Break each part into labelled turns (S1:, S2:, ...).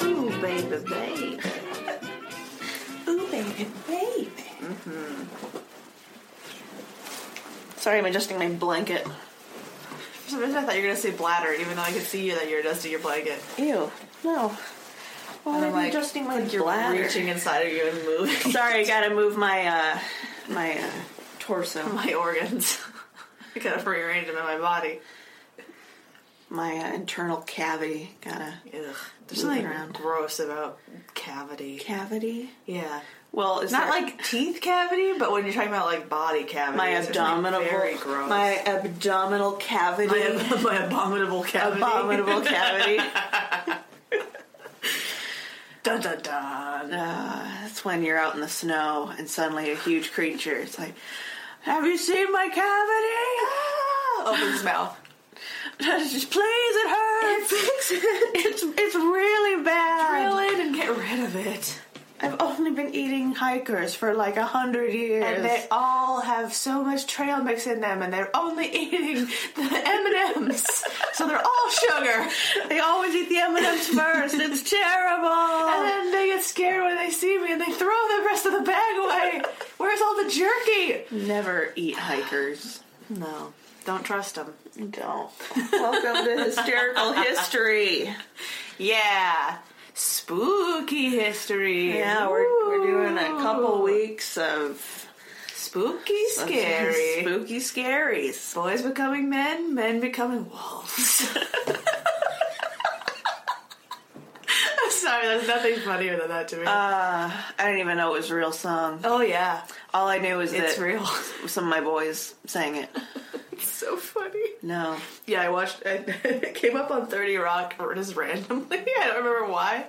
S1: baby, baby.
S2: Ooh, baby, baby. Mm-hmm.
S1: Sorry, I'm adjusting my blanket. For some reason, I thought you were gonna say bladder, even though I could see you that you're adjusting your blanket.
S2: Ew, no. Why
S1: And
S2: are
S1: I'm
S2: you
S1: like,
S2: adjusting my
S1: You're
S2: bladder?
S1: reaching inside of you and moving
S2: Sorry, I gotta move my uh, my uh, torso,
S1: my organs. I gotta rearrange them in my body.
S2: my uh, internal cavity. Gotta
S1: Ugh. There's
S2: Moving
S1: something
S2: around.
S1: gross about cavity.
S2: cavity.
S1: Yeah.
S2: Well, it's
S1: Not like teeth cavity, but when you're talking about like body cavity,
S2: my
S1: it's just, like,
S2: abdominal
S1: very gross.
S2: my abdominal cavity.
S1: my, my abominable cavity.
S2: abominable cavity.
S1: Dun dun dun.
S2: That's when you're out in the snow and suddenly a huge creature. It's like, have you seen my cavity?
S1: Opens mouth.
S2: Just please, it hurts. It's it's really bad.
S1: Drill it and get rid of it.
S2: I've only been eating hikers for like a hundred years.
S1: And they all have so much trail mix in them, and they're only eating the M and M's, so they're all sugar.
S2: They always eat the M&Ms first. It's
S1: And
S2: terrible.
S1: then they get scared when they see me, and they throw the rest of the bag away. Where's all the jerky?
S2: Never eat hikers.
S1: No, don't trust them.
S2: Don't. Welcome to hysterical history.
S1: Yeah, spooky history.
S2: Yeah, we're, we're doing a couple
S1: Ooh.
S2: weeks of
S1: Spooky, scary.
S2: spooky, scaries.
S1: Boys becoming men, men becoming wolves. I'm sorry, there's nothing funnier than that to me.
S2: Uh, I don't even know it was a real song.
S1: oh yeah,
S2: All I knew was
S1: it's
S2: that
S1: real.
S2: some of my boys sang it.
S1: it's so funny.
S2: No,
S1: Yeah, I watched. I, it came up on Thirty Rock or just randomly. I don't remember why,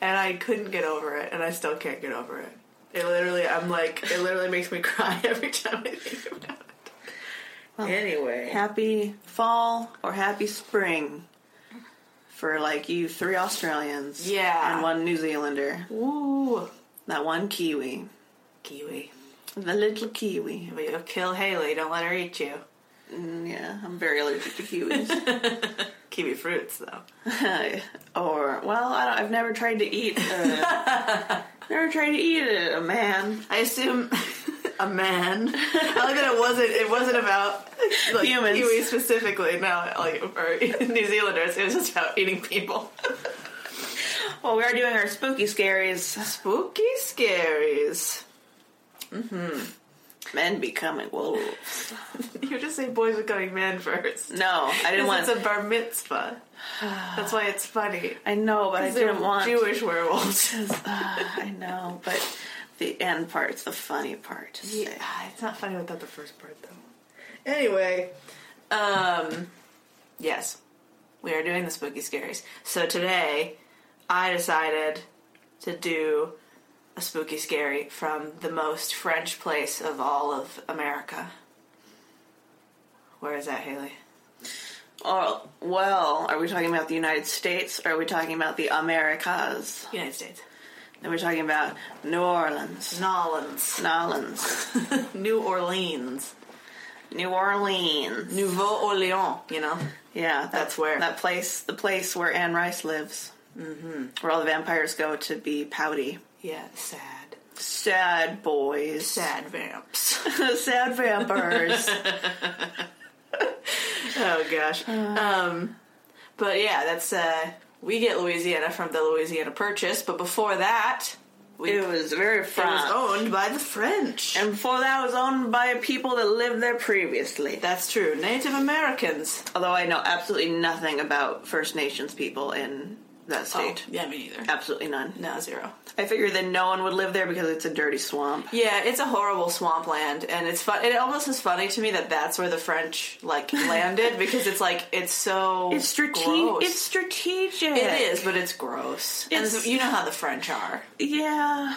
S1: and I couldn't get over it, and I still can't get over it. It literally, I'm like, it literally makes me cry every time I think about it. anyway,
S2: happy fall or happy spring for like you three Australians,
S1: Yeah.
S2: and one New Zealander,
S1: ooh,
S2: that one Kiwi,
S1: kiwi.
S2: the little Kiwi.
S1: But you'll kill Haley. Don't let her eat you.
S2: Mm, yeah, I'm very allergic to Kiwis.
S1: Kiwi fruits, though.
S2: or well, I don't, I've never tried to eat. A, never tried to eat a, a man,
S1: I assume a man. I like that it wasn't. It wasn't about like,
S2: Humans.
S1: Kiwi specifically. No, like or New Zealanders. It was just about eating people.
S2: Well, we are doing our spooky scaries.
S1: Spooky scaries.
S2: Men becoming wolves.
S1: You just say boys becoming men first.
S2: No, I didn't want.
S1: Because it's a bar mitzvah. That's why it's funny.
S2: I know, but I
S1: They're
S2: didn't want.
S1: Jewish werewolves.
S2: Ah, I know, but the end part's the funny part. to say.
S1: Yeah, Ah, it's not funny without the first part though. Anyway, um yes. We are doing the spooky scaries. So today I decided to do a spooky scary from the most French place of all of America. Where is that, Haley?
S2: Oh well, are we talking about the United States? Or are we talking about the Americas?
S1: United States.
S2: Then we're talking about New Orleans,
S1: Nolans.
S2: Nolans,
S1: New Orleans.
S2: New Orleans.
S1: Nouveau Orleans, you know?
S2: Yeah, that-
S1: That's where.
S2: that place, the place where Anne Rice lives, mm-hmm. where all the vampires go to be pouty,
S1: Yeah, sad.
S2: sad boys,
S1: Sad vamps.
S2: sad vampires.
S1: Oh gosh. um, but yeah, that's uh, we get Louisiana from the Louisiana Purchase, but before that, we, it
S2: it was very
S1: was
S2: fun.
S1: owned by the French.
S2: And before that, it was owned by people that lived there previously.
S1: that's true. Native Americans.
S2: Although I know absolutely nothing about First Nations people in that state.
S1: Oh, yeah, me neither.
S2: Absolutely none.
S1: No zero.
S2: I figured that no one would live there because it's a dirty swamp.
S1: Yeah, it's a horrible swampland, and it's fun. It almost is funny to me that that's where the French like landed because it's like it's so
S2: It's strategic.
S1: gross.
S2: It's strategic.
S1: it is, but it's gross. and
S2: It's-
S1: so- you know how the French are.
S2: Yeah.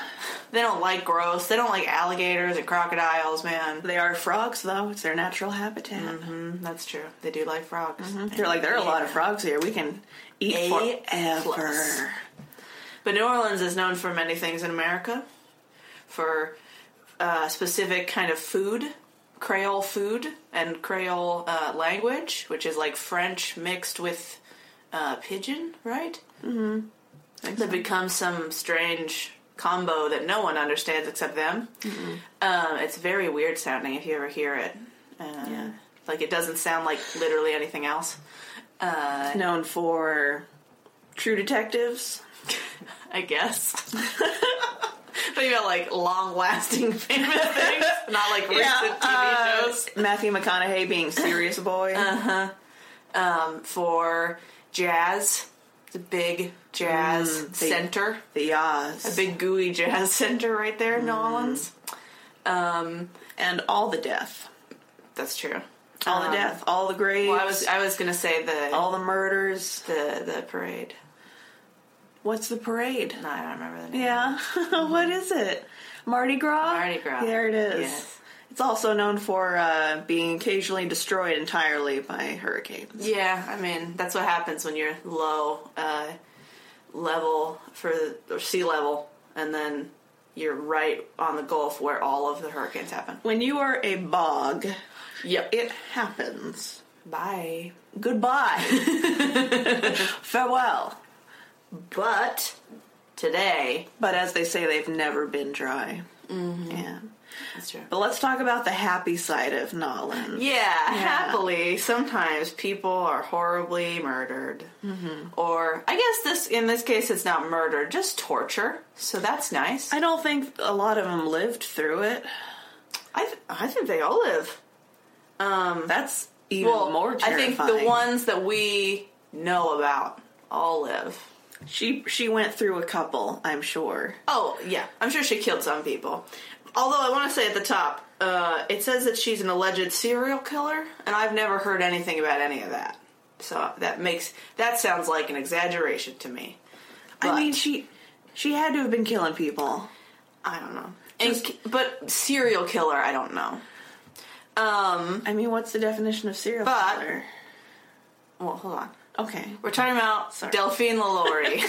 S1: They don't like gross. They don't like alligators and crocodiles, man.
S2: They are frogs, though. It's their natural habitat.
S1: Mm-hmm. That's true. They do like frogs.
S2: Mm-hmm. They're like, there are a lot of frogs here. We can eat
S1: A plus.
S2: forever.
S1: But New Orleans is known for many things in America, for uh, specific kind of food, Creole food and Creole uh, language, which is like French mixed with uh, pigeon, right? Mm-hmm.
S2: Makes
S1: that
S2: sense.
S1: becomes some strange combo that no one understands except them.
S2: Mm-hmm.
S1: Um, it's very weird sounding if you ever hear it. Uh,
S2: Yeah.
S1: Like it doesn't sound like literally anything else. Uh,
S2: Known for True Detectives.
S1: I guess. but you got like long lasting famous things, not like recent TV
S2: uh,
S1: shows.
S2: Matthew McConaughey being serious boy.
S1: Uh. Um, for jazz, the big jazz
S2: big-
S1: center.
S2: Mm, the Oz.
S1: A big gooey jazz center right there in New Orleans. Um,
S2: and all the death.
S1: that's true.
S2: All
S1: Um,
S2: the death. All the graves.
S1: Well, I was I was gonna say the
S2: all the murders.
S1: the the parade.
S2: What's the parade?
S1: No, I don't remember the name.
S2: Yeah. what is it? Mardi Gras?
S1: Mardi Gras.
S2: There it is.
S1: Yes.
S2: It's also known for uh, being occasionally destroyed entirely by hurricanes.
S1: Yeah, I mean that's what happens when you're low uh, level for or sea level, and then you're right on the Gulf where all of the hurricanes happen.
S2: When you are a bog,
S1: Yep.
S2: it happens.
S1: Bye.
S2: Goodbye. Farewell.
S1: But today,
S2: But as they say, they've never been dry.
S1: Mm-hmm.
S2: Yeah.
S1: that's true.
S2: But let's talk about the happy side of Nolans.
S1: Yeah, happily, sometimes people are horribly murdered, Mm-hmm. or I guess this in this case it's not murder, just torture. So that's nice.
S2: I don't think a lot of them lived through it.
S1: I th- I think they all live. Um,
S2: That's even
S1: well,
S2: more
S1: I
S2: terrifying.
S1: think the ones that we know about all live.
S2: she she went through a couple, I'm sure.
S1: Oh yeah, I'm sure she killed some people. Although I want to say at the top, uh, it says that she's an alleged serial killer, and I've never heard anything about any of that. So that makes that sounds like an exaggeration to me. But-
S2: I mean, she she had to have been killing people.
S1: I don't know. And, ki- but serial killer, I don't know. Um.
S2: I mean, what's the definition of serial
S1: But-
S2: killer?
S1: Well, hold on.
S2: Okay.
S1: We're talking about
S2: Sorry.
S1: Delphine LaLaurie.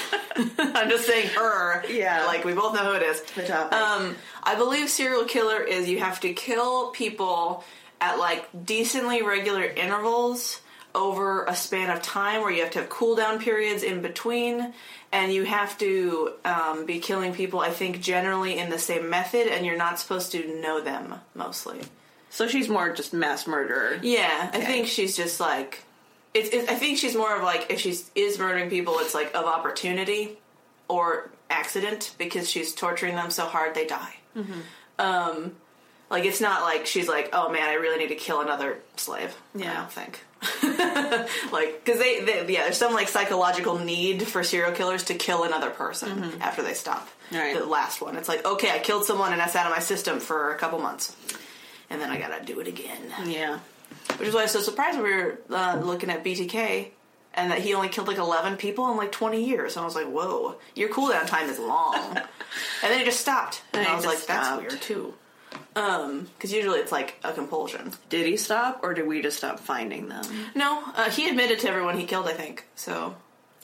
S1: I'm just saying her.
S2: Yeah.
S1: Like we both know who it is.
S2: The topic.
S1: Um, I believe serial killer is you have to kill people at like decently regular intervals over a span of time where you have to have cooldown periods in between and you have to um, be killing people i think generally in the same method and you're not supposed to know them mostly
S2: So she's more just mass murderer.
S1: yeah, I think she's just like, it's, it's. I think she's more of like if she's is murdering people, it's like of opportunity or accident because she's torturing them so hard they die. Um,
S2: Mm-hmm.
S1: like it's not like she's like, oh man, I really need to kill another slave. I
S2: Yeah.
S1: don't think. like, because they, they, yeah, there's some like psychological need for serial killers to kill another person after they stop
S2: Mm-hmm. Right.
S1: the last one. It's like, okay, I killed someone and that's out of my system for a couple months, and then I gotta do it again
S2: Yeah.
S1: which is why I was so surprised when we were uh, looking at BTK and that he only killed like 11 people in like 20 years. And I was like, whoa, your cooldown time is long. and then it just stopped. And,
S2: And
S1: I
S2: it
S1: was like,
S2: just
S1: that's
S2: stopped.
S1: weird too. Because usually it's like a compulsion.
S2: Did he stop, or did we just stop finding them?
S1: No, uh, he admitted to everyone he killed, I think. So,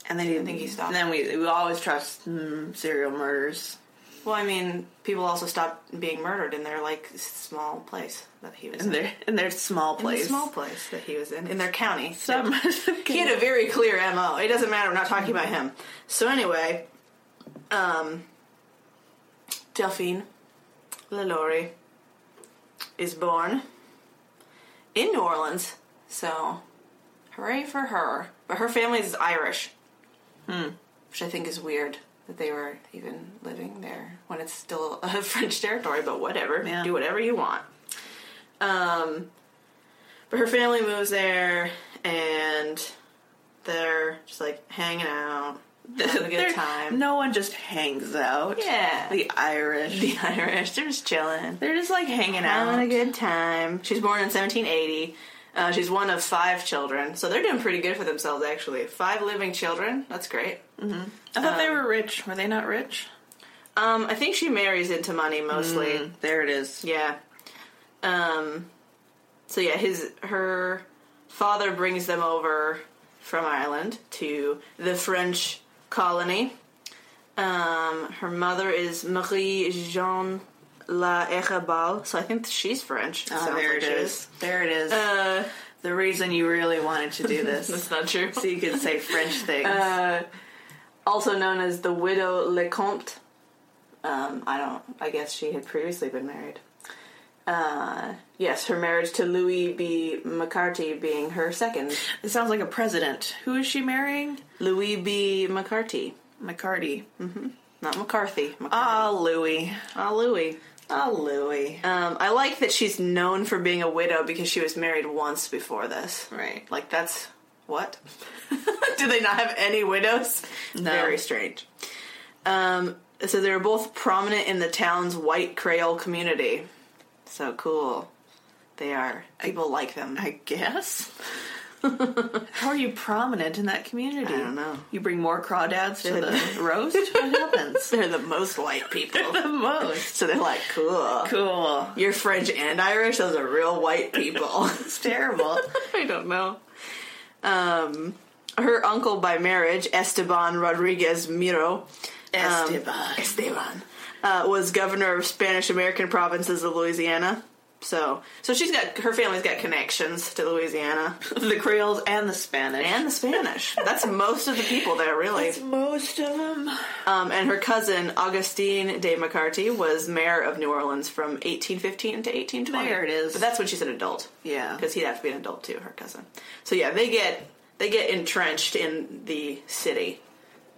S2: And then he, I
S1: think he stopped.
S2: And then we we always trust mm, serial murders.
S1: well, I mean, people also stopped being murdered in their like s- small place that he was in.
S2: And they're in their small
S1: In the
S2: place.
S1: small place that he was in, in their county.
S2: Some-
S1: he had a very clear mo it doesn't matter we're not talking about him so anyway um delphine lalaurie is born in new orleans so hooray for her but her family is irish which i think is weird that they were even living there when it's still a french territory but whatever
S2: Yeah.
S1: do whatever you want um but her family moves there and they're just like hanging out, having a
S2: They're-
S1: good time.
S2: No one just hangs out.
S1: yeah. The,
S2: The Irish.
S1: Irish, they're just chilling.
S2: they're just like hanging out.
S1: Having a good time. She's born in 1780. Uh, she's one of five children, so they're doing pretty good for themselves, actually. Five living children, that's great.
S2: I thought they were rich. Were they not rich?
S1: Um, I think she marries into money mostly.
S2: There it is.
S1: Yeah. Um. So yeah, his her father brings them over from Ireland to the French colony. Um, her mother is Marie Jean La Erebal, so I think she's French.
S2: Ah,
S1: sounds
S2: there
S1: like
S2: it
S1: she
S2: is. There it is.
S1: Uh,
S2: the reason you really wanted to do
S1: that's
S2: this,
S1: not true.
S2: so you could say French things.
S1: Uh, also known as the widow Lecomte. Um, I don't. I guess she had previously been married. Uh, yes, her marriage to Louis B. McCarty being her second.
S2: It sounds like a president. Who is she marrying?
S1: Louis B. McCarty,
S2: McCarty.
S1: not McCarthy. Mc-
S2: Ah, Louis.
S1: Ah, Louis.
S2: Ah, Louis.
S1: Um, I like that she's known for being a widow because she was married once before this.
S2: Right.
S1: Like that's what? Do they not have any widows?
S2: No.
S1: Very strange. Um, so they were both prominent in the town's white Creole community. So cool. They are. People like them.
S2: I guess. How are you prominent in that community?
S1: I don't know.
S2: You bring more crawdads to the roast? What happens?
S1: they're the most white people.
S2: the most.
S1: so they're like, cool.
S2: Cool.
S1: You're French and Irish. Those are real white people.
S2: It's terrible.
S1: I don't know. Um, her uncle by marriage, Esteban Rodriguez Miro, um, Esteban, uh, was governor of Spanish American provinces of Louisiana. So, so she's got her family's got connections to Louisiana
S2: the Creoles and the Spanish.
S1: and the Spanish. That's most of the people there, really.
S2: It's most of them.
S1: Um, and her cousin Augustine de McCarty was mayor of New Orleans from 1815 to 1820.
S2: There it is.
S1: But that's when she's an adult.
S2: Yeah.
S1: because he'd have to be an adult too, her cousin. So yeah, they get they get entrenched in the city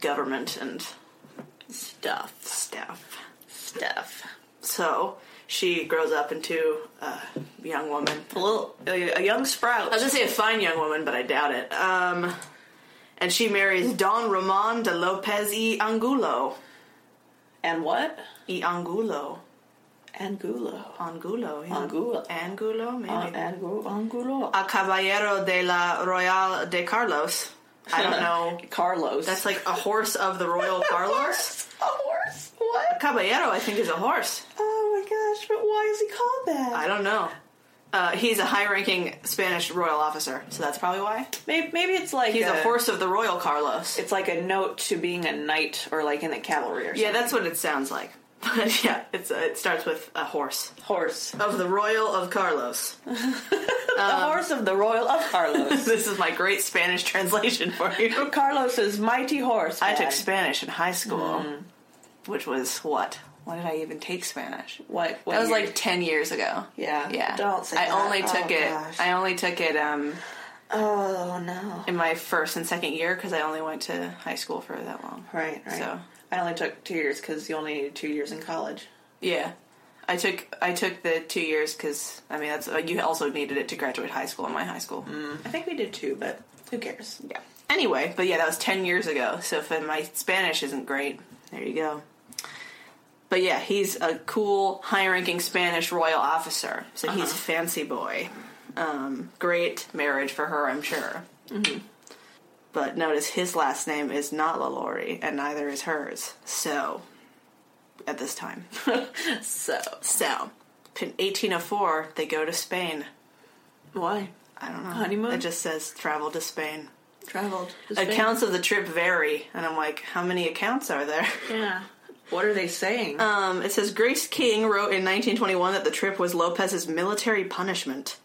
S1: government and
S2: Stuff.
S1: stuff.
S2: Stuff.
S1: So she grows up into a young woman.
S2: A little, a, a young sprout.
S1: I was gonna say a fine young woman, but I doubt it. Um, and she marries Don Ramon de Lopez y Angulo.
S2: and what?
S1: Y Angulo.
S2: Angulo.
S1: Angulo. Yeah.
S2: Angulo.
S1: Angulo, maybe.
S2: Uh, Angulo. Angulo.
S1: a Caballero de la Royal de Carlos. I don't know.
S2: Carlos.
S1: That's like a horse of the Royal Carlos.
S2: A horse? What?
S1: Caballero, I think, is a horse.
S2: Oh my gosh, but why is he called that?
S1: I don't know. Uh, he's a high-ranking Spanish royal officer, so that's probably why.
S2: Maybe, maybe it's like
S1: He's a horse of the royal Carlos.
S2: It's like a note to being a knight or like in the cavalry or something.
S1: Yeah, that's what it sounds like. But yeah, it's uh, it starts with a horse
S2: horse.
S1: of the royal of Carlos.
S2: the horse of the royal of Carlos.
S1: This is my great Spanish translation for you.
S2: Carlos's mighty horse.
S1: I took
S2: man.
S1: Spanish in high school, which was what? Why did I even take Spanish?
S2: what, what
S1: That was
S2: year?
S1: like ten years ago.
S2: yeah
S1: Yeah,
S2: Don't say
S1: I
S2: that.
S1: only
S2: Oh,
S1: took it.
S2: gosh.
S1: I only took it. Um,
S2: oh no.
S1: in my first and second year because I only went to high school for that long.
S2: Right. Right.
S1: So.
S2: I only took two years because you only needed two years in college.
S1: Yeah, I took I took the two years because I mean that's you also needed it to graduate high school in my high school.
S2: I think we did two, but who cares?
S1: Yeah. Anyway, but yeah, that was ten years ago. So if uh, my Spanish isn't great, there you go. But yeah, he's a cool, high-ranking Spanish royal officer. So
S2: Uh-huh.
S1: he's a fancy boy. Um, great marriage for her, I'm sure.
S2: Mm-hmm.
S1: But notice his last name is not LaLaurie, and neither is hers. So, at this time.
S2: So
S1: So, in 1804, they go to Spain.
S2: why
S1: I don't know.
S2: Honeymoon?
S1: It just says travel to Spain.
S2: traveled?
S1: Accounts of the trip vary, and I'm like, how many accounts are there?
S2: Yeah. What are they saying?
S1: Um, it says Grace King wrote in 1921 that the trip was Lopez's military punishment.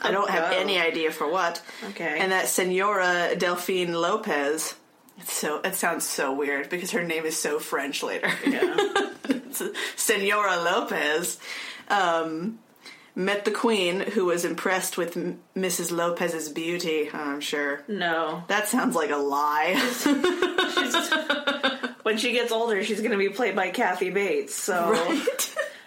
S1: I don't have
S2: Oh.
S1: any idea for what.
S2: Okay.
S1: And that Senora Delphine Lopez. It's so it sounds so weird because her name is so French later. uh, Senora Lopez um, met the queen, who was impressed with M- Mrs. Lopez's beauty. I'm sure
S2: no.
S1: that sounds like a lie.
S2: When she gets older, she's going to be played by Kathy Bates. So,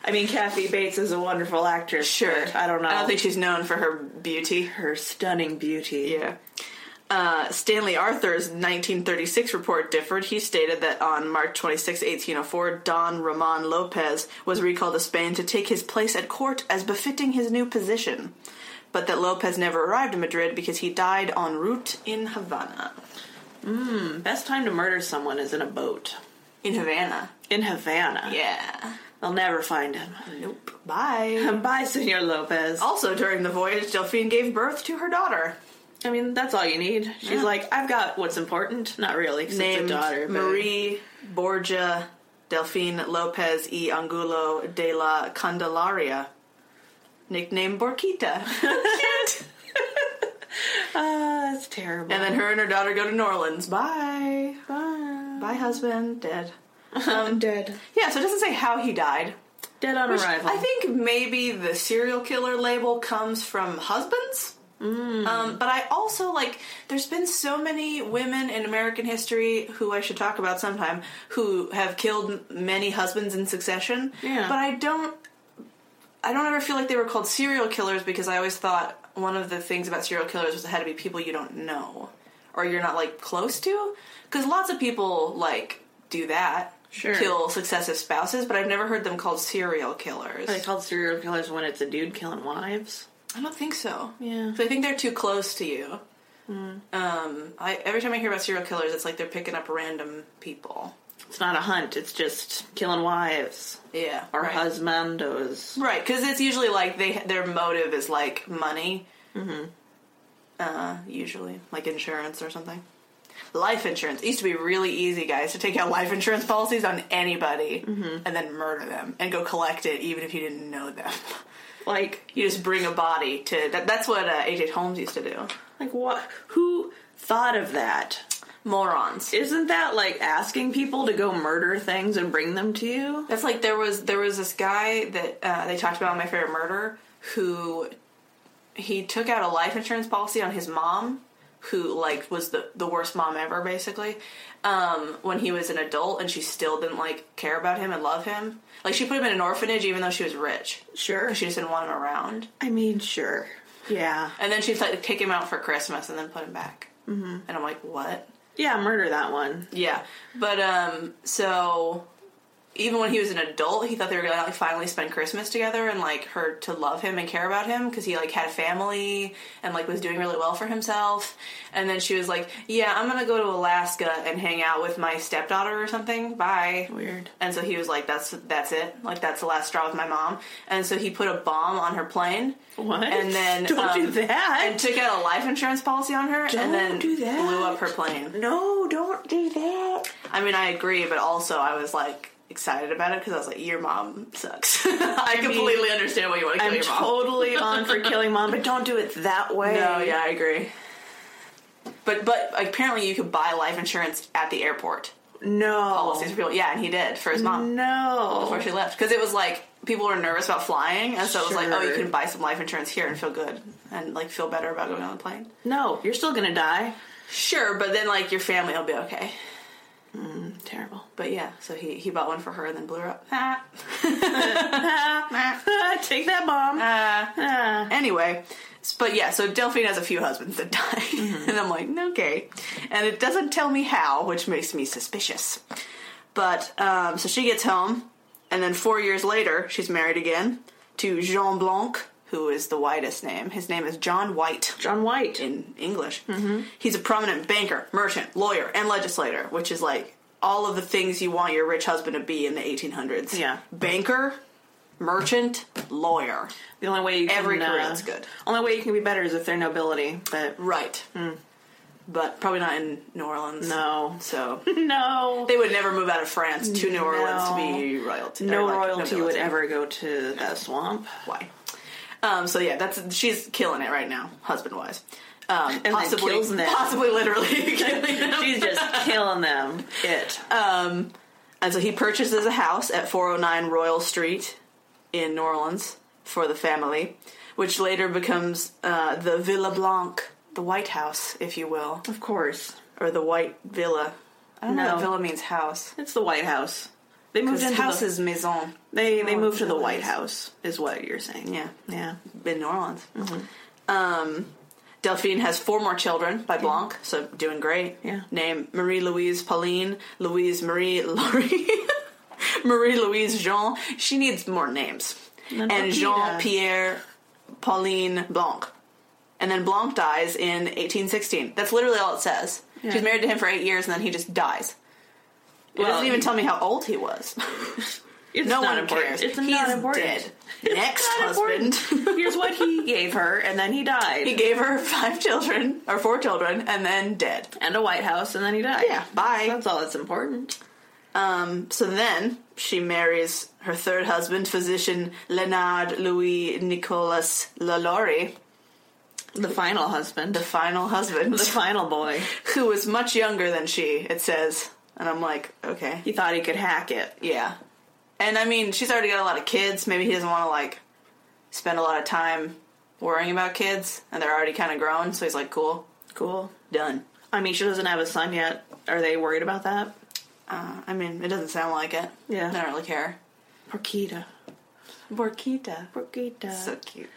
S2: I mean, Kathy Bates is a wonderful actress.
S1: sure,
S2: but I don't know.
S1: I don't think she's known for her beauty.
S2: her stunning beauty.
S1: Yeah. Uh, Stanley Arthur's 1936 report differed. He stated that on March 26, 1804, Don Ramon Lopez was recalled to Spain to take his place at court as befitting his new position, but that Lopez never arrived in Madrid because he died en route in Havana.
S2: Best time to murder someone is in a boat
S1: In Havana?
S2: in Havana.
S1: Yeah.
S2: They'll never find him.
S1: Nope. Bye.
S2: Bye, Senor Lopez.
S1: Also, during the voyage, Delphine gave birth to her daughter,
S2: I mean, that's all you need. She's like, I've got what's important. Not really, 'cause
S1: named
S2: it's a daughter. But
S1: Marie Borgia Delphine Lopez y Angulo de la Candelaria, nicknamed Borquita.
S2: Ah, that's terrible. Oh,
S1: and then her and her daughter go to New Orleans. Bye.
S2: Bye.
S1: my husband dead.
S2: I'm dead.
S1: Yeah, so it doesn't say how he died.
S2: Dead on
S1: Um, Which
S2: arrival.
S1: I think maybe the serial killer label comes from husbands.
S2: Hmm.
S1: Um, but I also like. There's been so many women in American history who I should talk about sometime who have killed m- many husbands in succession.
S2: Yeah.
S1: But I don't. I don't ever feel like they were called serial killers because I always thought one of the things about serial killers was it had to be people you don't know or you're not like close to. Because lots of people like do that.
S2: Sure.
S1: Kill successive spouses, but I've never heard them called serial killers.
S2: Are they called serial killers when it's a dude killing wives?
S1: I don't think so.
S2: Yeah.
S1: 'Cause I think they're too close to you. Um, I, every time I hear about serial killers, it's like they're picking up random people.
S2: It's not a hunt, it's just killing wives.
S1: Yeah,
S2: Or
S1: right.
S2: husbandos.
S1: Right, because it's usually like they their motive is like money. Mm-hmm. Uh, usually, like insurance or something. Life insurance it used to be really easy, guys, to take out life insurance policies on anybody and then murder them and go collect it, even if you didn't know them.
S2: Like
S1: you just bring a body to. That, that's what uh, H.H. Holmes used to do.
S2: like what who thought of that?
S1: Morons.
S2: Isn't that like asking people to go murder things and bring them to you?
S1: That's like there was there was this guy that uh, they talked about in My Favorite Murder who he took out a life insurance policy on his mom who like was the the worst mom ever basically um, when he was an adult and she still didn't like care about him and love him like she put him in an orphanage even though she was rich
S2: Sure.
S1: she just didn't want him around
S2: I mean, sure. Yeah.
S1: and then she'd like take him out for Christmas and then put him back mm-hmm. and I'm like what
S2: Yeah, murder that one.
S1: Yeah, but um, so even when he was an adult, he thought they were gonna like finally spend Christmas together and like her to love him and care about him because he like had a family and like was doing really well for himself. And then she was like, "Yeah, I'm gonna go to Alaska and hang out with my stepdaughter or something. Bye."
S2: Weird.
S1: And so he was like, "That's that's it. Like that's the last straw with my mom." And so he put a bomb on her plane.
S2: What?
S1: And then
S2: don't
S1: um,
S2: do that.
S1: And took out a life insurance policy on her,
S2: Don't
S1: and then
S2: do that.
S1: blew up her plane.
S2: no, don't do that.
S1: I mean, I agree, but also I was like excited about it because I was like, "Your mom sucks." I, completely understand why you want to kill
S2: I'm
S1: your mom.
S2: totally on for killing mom, but don't do it that way.
S1: no, yeah, I agree. But but apparently you could buy life insurance at the airport.
S2: No.
S1: Policies for people, yeah, and he did for his mom before
S2: No.
S1: she left because it was like people were nervous about flying, and so it was like, "Oh, you
S2: Sure.
S1: can buy some life insurance here and feel good and like feel better about going on the plane."
S2: No, you're still gonna die.
S1: Sure, but then like your family will be okay.
S2: Terrible.
S1: But yeah, so he he bought one for her and then blew her up. Ah.
S2: Take that bomb.
S1: Ah.
S2: Ah.
S1: Anyway, s- but yeah, so Delphine has a few husbands that die.
S2: Mm-hmm.
S1: and I'm like, okay. And it doesn't tell me how, which makes me suspicious. But, um, so she gets home, and then four years later, she's married again to Jean Blanc, who is the whitest name. His name is John White
S2: John Mm-hmm. White.
S1: in English. He's a prominent banker, merchant, lawyer, and legislator, which is like all of the things you want your rich husband to be in the 1800s.
S2: Yeah.
S1: Banker, merchant, lawyer.
S2: The only way you can
S1: Every
S2: uh,
S1: Korean's good.
S2: Only way you can be better is if they're nobility. But
S1: Right. But probably not in New Orleans.
S2: Mm. no,
S1: So
S2: no,
S1: they would never move out of France to New Orleans to be royalty. or,
S2: no
S1: like,
S2: royalty would
S1: nobility.
S2: ever go to that swamp.
S1: Why? Um, so yeah, that's she's killing it right now, husband wise. Um,
S2: then
S1: possibly,
S2: kills them.
S1: possibly, literally killing them.
S2: She's just killing them. It.
S1: Um, And so he purchases a house at 409 Royal Street in New Orleans for the family, which later becomes uh, the Villa Blanc, the White House, if you will,
S2: of course,
S1: or the White Villa. I don't know
S2: No.
S1: if villa means house.
S2: it's the White House. They Oh. moved into
S1: house
S2: the,
S1: is maison
S2: they they moved to the
S1: Orleans.
S2: White House is what you're saying.
S1: Yeah.
S2: yeah.
S1: in New Orleans.
S2: Mm-hmm.
S1: Um, Delphine has four more children by Blanc, so doing great.
S2: Yeah.
S1: Name Marie Louise Pauline, Louise Marie Laurie, Marie Louise Jean. She needs more names.
S2: Then
S1: and
S2: Lupita.
S1: Jean Pierre Pauline Blanc. And then Blanc dies in 1816. That's literally all it says.
S2: Yeah.
S1: She's married to him for eight years, and then he just dies. It
S2: Well,
S1: doesn't even
S2: he-
S1: tell me how old he was.
S2: It's
S1: no
S2: not
S1: one
S2: important.
S1: cares.
S2: It's
S1: He's
S2: not important.
S1: dead.
S2: It's
S1: Next
S2: not
S1: husband.
S2: important. Here's what he gave her, and then he died.
S1: He gave her five children, or four children, and then dead.
S2: and a White House, and then he died.
S1: Yeah, bye.
S2: That's all that's important.
S1: Um, so then she marries her third husband, physician Leonard Louis Nicolas Lalaurie,
S2: The final husband.
S1: the final husband,
S2: The final boy.
S1: who was much younger than she, it says. And I'm like, okay.
S2: He thought he could hack it.
S1: Yeah. And I mean, she's already got a lot of kids. Maybe he doesn't want to like spend a lot of time worrying about kids, and they're already kind of grown. So he's like, cool,
S2: Cool.
S1: done.
S2: I mean, she doesn't have a son yet. Are they worried about that?
S1: Uh, I mean, it doesn't sound like it.
S2: Yeah.
S1: I don't really care.
S2: Porquita.
S1: Borkita.
S2: Porquita.
S1: So cute.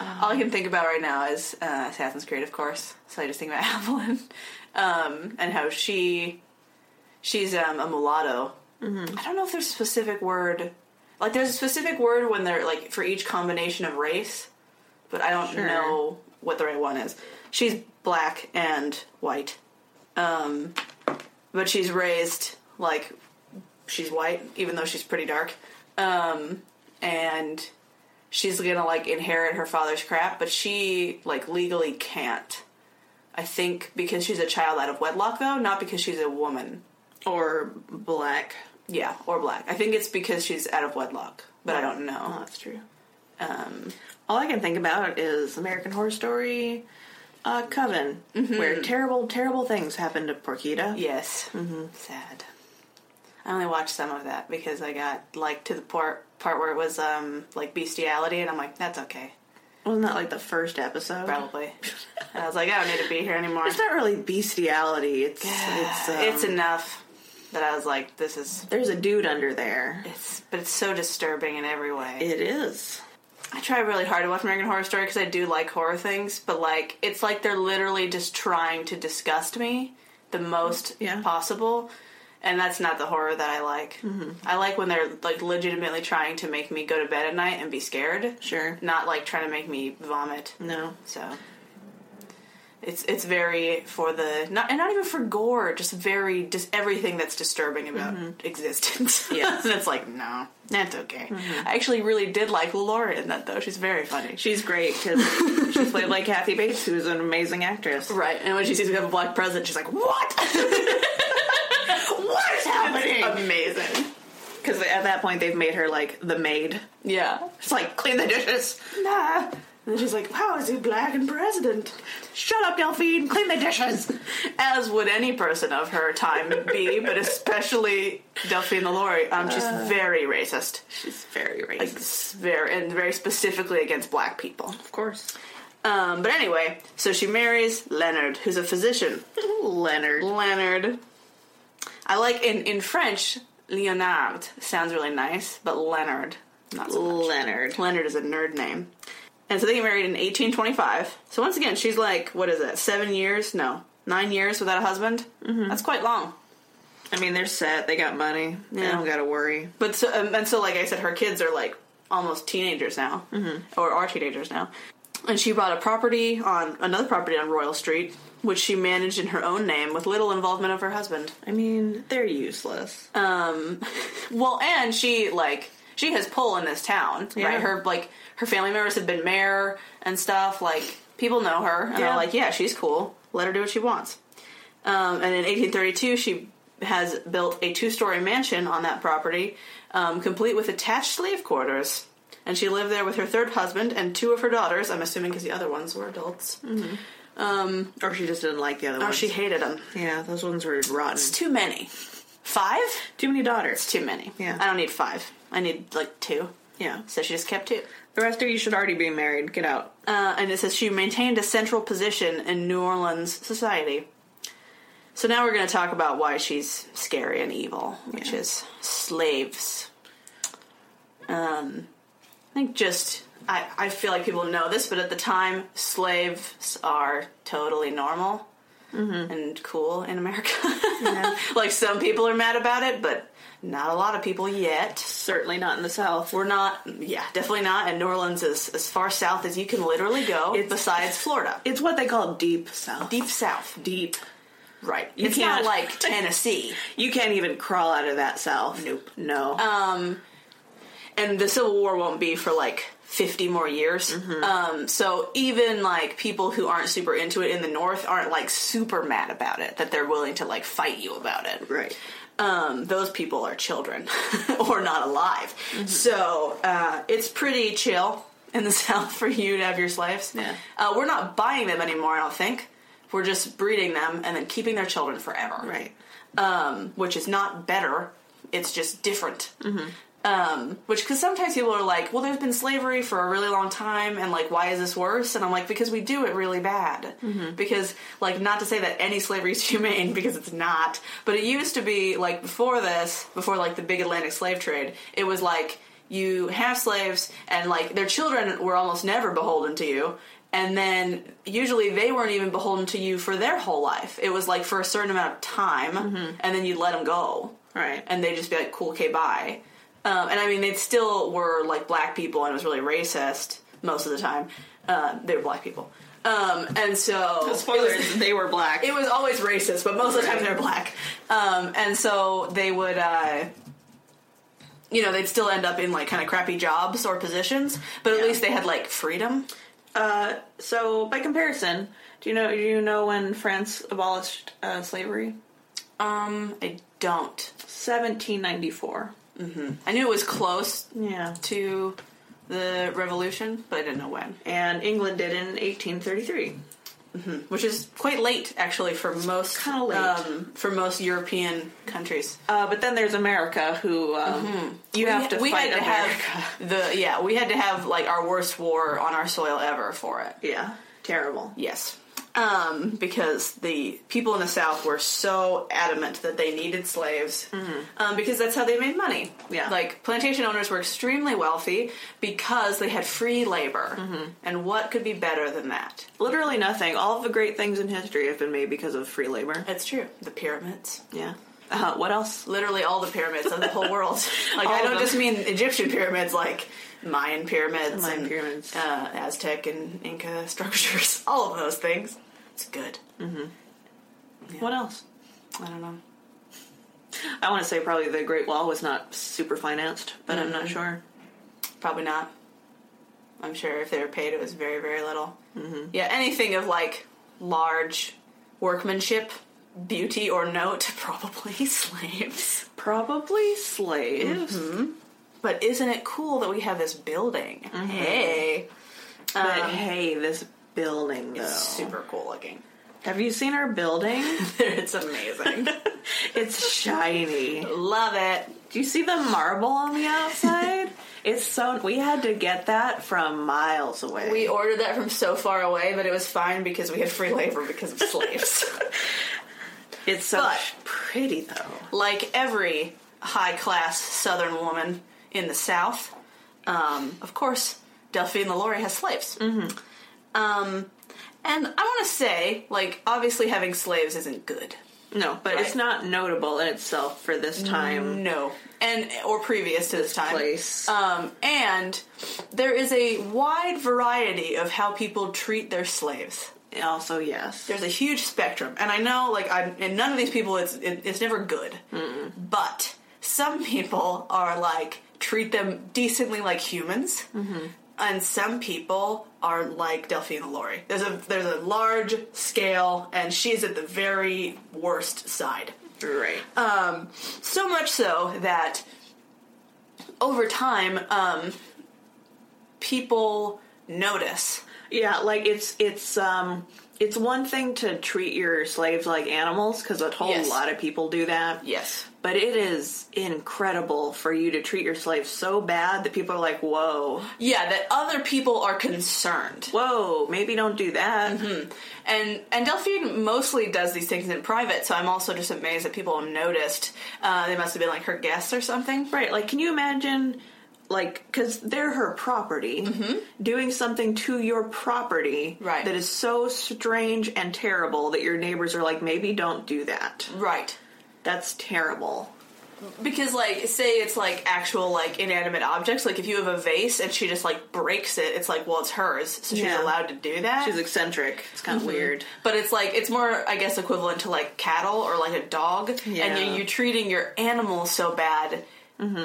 S1: All I can think about right now is uh, Assassin's Creed, of course. So I just think about Evelyn um, and how she she's um, a mulatto. I don't know if there's a specific word. Like there's a specific word when they're like for each combination of race, but I don't
S2: Sure.
S1: know what the right one is. She's black and white, um, but she's raised like she's white, even though she's pretty dark. Um, and she's gonna like inherit her father's crap, but she like legally can't. I think because she's a child out of wedlock, though, not because she's a woman.
S2: or black.
S1: Yeah, or black. I think it's because she's out of wedlock, but I don't
S2: Oh,
S1: know.
S2: that's true.
S1: Um,
S2: All I can think about is American Horror Story uh, Coven,
S1: Mm-hmm.
S2: where terrible, terrible things happen to Porquita.
S1: yes,
S2: Mm-hmm.
S1: sad. I only watched some of that because I got like to the part part where it was um like bestiality, and I'm like, that's okay,
S2: Wasn't that like the first episode?
S1: probably. and I was like, I don't need to be here anymore.
S2: It's not really bestiality. It's it's um,
S1: it's enough that I was like, this is
S2: there's a dude under there.
S1: it's, but it's so disturbing in every way.
S2: It is.
S1: I try really hard to watch American Horror Story because I do like horror things, but like it's like they're literally just trying to disgust me the most
S2: Yeah.
S1: possible, and that's not the horror that I like.
S2: Mm-hmm.
S1: I like when they're like legitimately trying to make me go to bed at night and be scared,
S2: Sure.
S1: not like trying to make me vomit.
S2: No.
S1: So it's it's very for the not and not even for gore, just very just everything that's disturbing about existence.
S2: Yes.
S1: and it's like no, that's okay. I actually really did like Laura in that though. She's very funny.
S2: She's great because she's played by Kathy Bates, who's an amazing actress.
S1: Right, and when she sees we have a black president, she's like, "What? what is happening?" amazing.
S2: Because at that point, they've made her like the maid.
S1: Yeah.
S2: It's like clean the dishes.
S1: Nah. And then she's like, "How is he black and president?"
S2: Shut up, Delphine. Clean the dishes.
S1: as would any person of her time be, but especially Delphine LaLaurie. Um, she's very racist,
S2: She's very racist.
S1: Like, s- very and very specifically against black people.
S2: of course.
S1: Um, but anyway, so she marries Leonard, who's a physician.
S2: Leonard.
S1: Leonard, I like in in French, Leonard sounds really nice, but Leonard, not so much.
S2: Leonard.
S1: Leonard is a nerd name. And so they get married in 1825. So once again, she's like, what is it, seven years? No, nine years without a husband? That's quite long.
S2: I mean, they're set. They got money. They
S1: Yeah.
S2: don't got to worry.
S1: But so, um, and so, like I said, her kids are like almost teenagers now, or are teenagers now. And she bought a property on another property on Royal Street, which she managed in her own name with little involvement of her husband.
S2: I mean, they're useless.
S1: Um, well, and she like she has pull in this town,
S2: Yeah.
S1: right? Her like her family members have been mayor and stuff. Like people know her,
S2: Yeah.
S1: and they're like, yeah, she's cool. Let her do what she wants. Um, and in 1832, she has built a two-story mansion on that property, um, complete with attached slave quarters. And she lived there with her third husband and two of her daughters. I'm assuming because the other ones were adults. Um,
S2: Mm-hmm. or she just didn't like the other
S1: oh,
S2: ones.
S1: she hated them.
S2: yeah, those ones were rotten.
S1: Too many. Five?
S2: Too many daughters.
S1: too many.
S2: Yeah.
S1: I don't need five. I need like two.
S2: Yeah.
S1: So she just kept two.
S2: The rest of you should already be married. Get out.
S1: Uh, and it says she maintained a central position in New Orleans society. So now we're going to talk about why she's scary and evil, which
S2: Yeah.
S1: is slaves. Um, I think just I, I feel like people know this, but at the time, slaves are totally normal
S2: Mm-hmm.
S1: and cool in America. like some people are mad about it, but not a lot of people yet.
S2: Certainly not in the South.
S1: We're not, yeah, definitely not. And New Orleans is as far south as you can literally go,
S2: It's-
S1: besides Florida.
S2: It's what they call deep South.
S1: Deep south.
S2: Deep.
S1: Right.
S2: You
S1: it's
S2: can't-
S1: not like Tennessee.
S2: You can't even crawl out of that South.
S1: Nope.
S2: No.
S1: Um, and the Civil War won't be for like 50 more years. Um, so even like people who aren't super into it in the North aren't like super mad about it, that they're willing to like fight you about it.
S2: right.
S1: um, those people are children or not alive.
S2: Mm-hmm.
S1: So uh, it's pretty chill in the South for you to have your slaves.
S2: Yeah.
S1: Uh, we're not buying them anymore, I don't think. We're just breeding them and then keeping their children forever.
S2: Right.
S1: um, which is not better. It's just different. Um, which because sometimes people are like, well, there's been slavery for a really long time, and like, why is this worse? And I'm like, because we do it really bad. Because like, not to say that any slavery is humane, because it's not. But it used to be like before this, before like the big Atlantic slave trade, it was like you have slaves, and like their children were almost never beholden to you. And then usually they weren't even beholden to you for their whole life. It was like for a certain amount of time, and then you'd let them go
S2: Right.
S1: and they'd just be like, "Cool, okay, bye." Um, and I mean, they still were like black people, and it was really racist most of the time. Uh, they were black people, um, and so
S2: Spoilers, they were black.
S1: it was always racist, but most of the time they're black. Um, and so they would, uh, you know, they'd still end up in like kind of crappy jobs or positions, but at
S2: Yeah.
S1: least they had like freedom.
S2: uh, so, by comparison, do you know do you know when France abolished uh, slavery?
S1: Um, I don't.
S2: 1794.
S1: I knew it was close
S2: Yeah.
S1: to the revolution, but I didn't know when.
S2: And England did it in 1833.
S1: which is quite late actually for most
S2: kinda late.
S1: Um, for most European countries.
S2: Uh, but then there's America, who um, you have to
S1: Mm-hmm. we
S2: fight
S1: had to
S2: America.
S1: have the yeah we had to have like our worst war on our soil ever for it.
S2: yeah, terrible.
S1: Yes. Um, because the people in the South were so adamant that they needed slaves, um, because that's how they made money.
S2: Mm-hmm. Yeah.
S1: like plantation owners were extremely wealthy because they had free labor,
S2: Mm-hmm.
S1: and what could be better than that?
S2: Literally nothing. All of the great things in history have been made because of free labor.
S1: That's true. The pyramids.
S2: Yeah. Uh, what else?
S1: literally all the pyramids of the whole world. Like
S2: All
S1: I
S2: of
S1: don't
S2: them.
S1: just mean Egyptian pyramids, like Mayan pyramids,
S2: Mayan
S1: and,
S2: pyramids.
S1: uh, Aztec and Inca structures, all of those things. It's good.
S2: What else?
S1: I don't know.
S2: I want to say probably the Great Wall was not super financed, but I'm
S1: Mm-hmm.
S2: not sure.
S1: Probably not. I'm sure if they were paid, it was very very little.
S2: Mm-hmm.
S1: Yeah, anything of like large workmanship, beauty, or note, probably slaves.
S2: Probably slaves.
S1: Mm-hmm. But isn't it cool that we have this building?
S2: Mm-hmm.
S1: Hey,
S2: But
S1: Um,
S2: hey, this building though.
S1: super cool looking.
S2: Have you seen our building?
S1: it's amazing.
S2: it's shiny.
S1: Love it.
S2: Do you see the marble on the outside? it's so we had to get that from miles away.
S1: We ordered that from so far away, but it was fine because we had free labor because of slaves.
S2: it's so
S1: But-
S2: sh- pretty though.
S1: like every high class Southern woman in the South, um, of course, Delphine LaLaurie has slaves. Mm-hmm. Um, and I want to say, like, obviously having slaves isn't good.
S2: No, but it's
S1: Right.
S2: not notable in itself for this time.
S1: No, and or previous to this time.
S2: Place.
S1: Um, and there is a wide variety of how people treat their slaves.
S2: Also, yes.
S1: there's a huge spectrum and i know like i'm and none of these people it's it, it's never good but some people are like treat them decently like humans and some people are like delphine Lori. there's a there's a large scale and she's at the very worst side
S2: Right.
S1: so much so that over time um people notice
S2: Yeah, like it's it's um it's one thing to treat your slaves like animals because a whole
S1: Yes.
S2: lot of people do that.
S1: yes
S2: But it is incredible for you to treat your slaves so bad that people are like, "Whoa,
S1: yeah that other people are concerned
S2: whoa, maybe don't do that."
S1: And and Delphine mostly does these things in private, so I'm also just amazed that people noticed. Uh, they must have been like her guests or something.
S2: Right? Like, can you imagine, like, because they're her property, doing something to your property
S1: Right.
S2: that is so strange and terrible that your neighbors are like, "Maybe don't do that."
S1: Right.
S2: That's terrible.
S1: Because like say it's like actual like inanimate objects, like if you have a vase and she just like breaks it, it's like well it's hers, so she's
S2: Yeah.
S1: allowed to do that.
S2: She's eccentric. It's kind of weird.
S1: but it's like it's more I guess equivalent to like cattle or like a dog
S2: Yeah. Mm-hmm.
S1: and you you're treating your animal so bad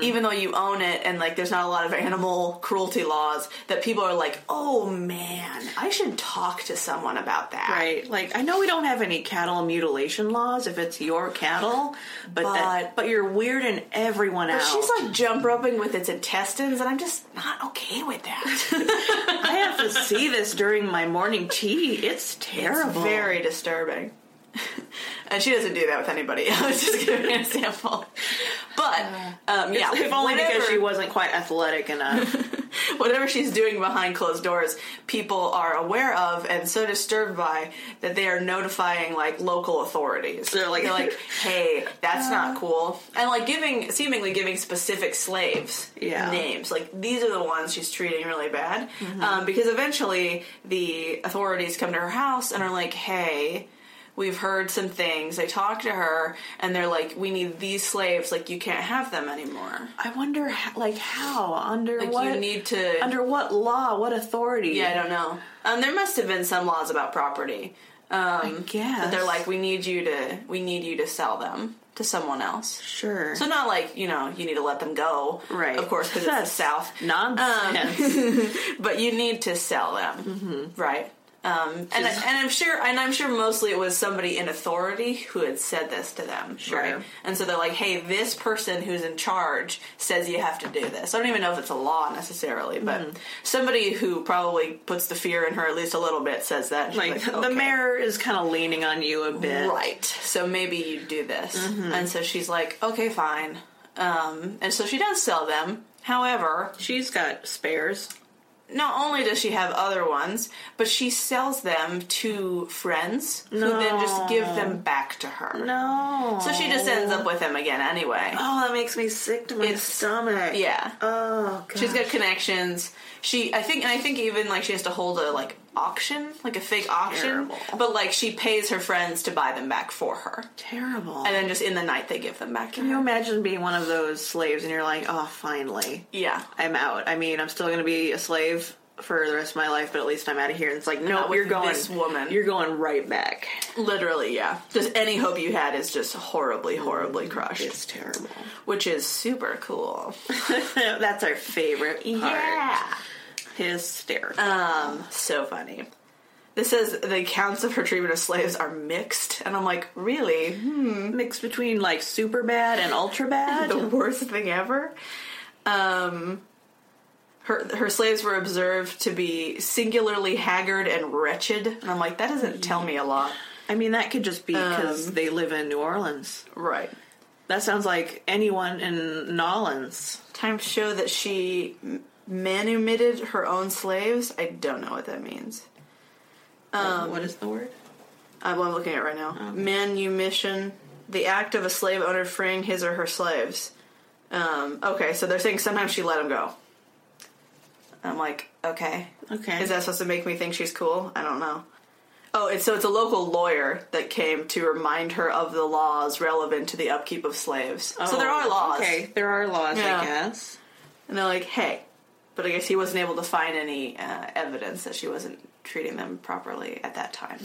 S1: even though you own it and like there's not a lot of animal cruelty laws that people are like oh man I should talk to someone about that
S2: Right. Like I know we don't have any cattle mutilation laws if it's your cattle, but but,
S1: But-
S2: that, but you're weirding everyone out.
S1: she's like jump roping with its intestines and I'm just not okay with that
S2: I have to see this during my morning tea. It's terrible.
S1: very disturbing and she doesn't do that with anybody. I was just giving an example. But um, yeah,
S2: if Uh, only
S1: whenever-
S2: because she wasn't quite athletic enough.
S1: whatever she's doing behind closed doors, people are aware of and so disturbed by that they are notifying like local authorities.
S2: They're like-
S1: hey, that's not
S2: Uh.
S1: cool, and like giving seemingly giving specific slaves
S2: Yeah. Mm-hmm.
S1: names. Like these are the ones she's treating really bad, um, because eventually the authorities come to her house and are like, hey. We've heard some things. They talk to her, and they're like, "We need these slaves. Like, you can't have them anymore.
S2: I wonder, ho- like, how under
S1: Like,
S2: what
S1: you need to
S2: under what law, what authority?
S1: Yeah, I don't know. Um, there must have been some laws about property. Um,
S2: guess.
S1: that they're like, we need you to, we need you to sell them to someone else.
S2: sure.
S1: So not like you know, you need to let them go,
S2: right,
S1: Of course, because it's the
S2: That's
S1: South.
S2: nonsense.
S1: um, But you need to sell them,
S2: Mm-hmm.
S1: right? Um, and I- and I'm sure, and I'm sure mostly it was somebody in authority who had said this to them,
S2: Sure.
S1: right? And so they're like, hey, this person who's in charge says you have to do this. I don't even know if it's a law necessarily, but
S2: Mm-hmm.
S1: somebody who probably puts the fear in her at least a little bit says that. She's
S2: like the
S1: okay.
S2: mayor is kind of leaning on you a bit.
S1: Right. So maybe you do this.
S2: Mm-hmm.
S1: And so she's like, okay, fine. Um, and so she does sell them. However,
S2: She's got spares.
S1: not only does she have other ones, but she sells them to friends who then just give them back to her.
S2: No.
S1: So she just ends up with them again anyway.
S2: Oh, that makes me sick to my
S1: It's-
S2: stomach.
S1: Yeah.
S2: Oh god.
S1: She's got connections. She, I think, and I think even like she has to hold a like auction, like a fake auction.
S2: Terrible.
S1: But like she pays her friends to buy them back for her,
S2: terrible.
S1: and then just in the night they give them back to
S2: Can you
S1: her.
S2: imagine being one of those slaves and you're like, oh, finally,
S1: Yeah.
S2: I'm out. I mean, I'm still going to be a slave for the rest of my life, but at least I'm out of here. And it's like, no,
S1: with
S2: you're going,
S1: this woman.
S2: you're going right back.
S1: Literally, yeah. Just any hope you had is just horribly, horribly crushed,
S2: It's terrible.
S1: which is super cool.
S2: That's our favorite part.
S1: Yeah.
S2: Hysterical.
S1: Um, so funny. This says the accounts of her treatment of slaves are mixed, and I'm like, really?
S2: Mixed between like super bad and ultra bad.
S1: the worst thing ever. Um, her her slaves were observed to be singularly haggard and wretched, and I'm like, that doesn't tell me a lot,
S2: I mean, that could just be because
S1: Um,
S2: they live in New Orleans.
S1: right?
S2: That sounds like anyone in Nolans.
S1: Times show that she m- manumitted her own slaves. I don't know what that means. Um,
S2: what is the word?
S1: Uh, well, I'm looking at it right now. Manumission, the act of a slave owner freeing his or her slaves. Um, okay, so they're saying sometimes she let them go. I'm like, okay.
S2: Okay.
S1: Is that supposed to make me think she's cool? I don't know. Oh, it's, so it's a local lawyer that came to remind her of the laws relevant to the upkeep of slaves. so there are laws.
S2: Oh, Okay, there are laws,
S1: Yeah.
S2: I guess.
S1: And they're like, hey. But I guess he wasn't able to find any uh, evidence that she wasn't treating them properly at that time.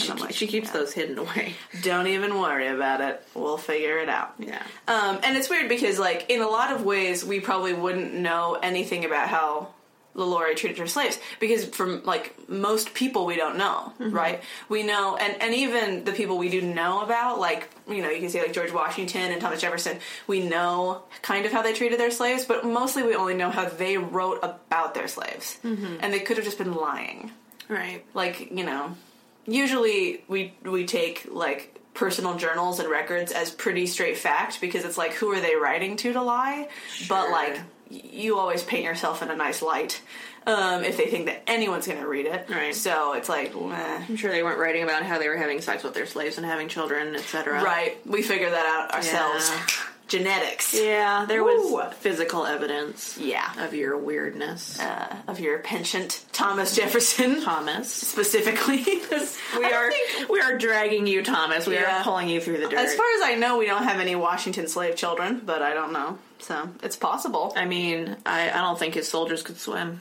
S2: she,
S1: I'm like,
S2: she keeps
S1: yeah.
S2: those hidden away.
S1: Don't even worry about it. We'll figure it out.
S2: Yeah.
S1: Um, and it's weird because, like, in a lot of ways, we probably wouldn't know anything about how Lalaurie treated her slaves because, from like most people, we don't know, right? We know, and and even the people we do know about, like you know, you can say like George Washington and Thomas Jefferson, we know kind of how they treated their slaves, but mostly we only know how they wrote about their slaves, and they could have just been lying
S2: Right.
S1: like you know usually we we take like personal journals and records as pretty straight fact because it's like who are they writing to to lie but
S2: Sure.
S1: like y- you always paint yourself in a nice light um, if they think that anyone's gonna read it
S2: Right.
S1: so it's like meh.
S2: I'm sure they weren't writing about how they were having sex with their slaves and having children, etc.
S1: right we figure that out ourselves
S2: Yeah.
S1: genetics
S2: Yeah, there
S1: Woo.
S2: was physical evidence
S1: yeah
S2: of your weirdness.
S1: uh, of your penchant thomas jefferson
S2: Thomas.
S1: specifically
S2: We
S1: Um, I don't
S2: are
S1: think-
S2: we are dragging you, Thomas. We
S1: Yeah.
S2: are pulling you through the dirt.
S1: As far as I know, we don't have any Washington slave children, but I don't know. So it's possible.
S2: I mean, I, I don't think his soldiers could swim.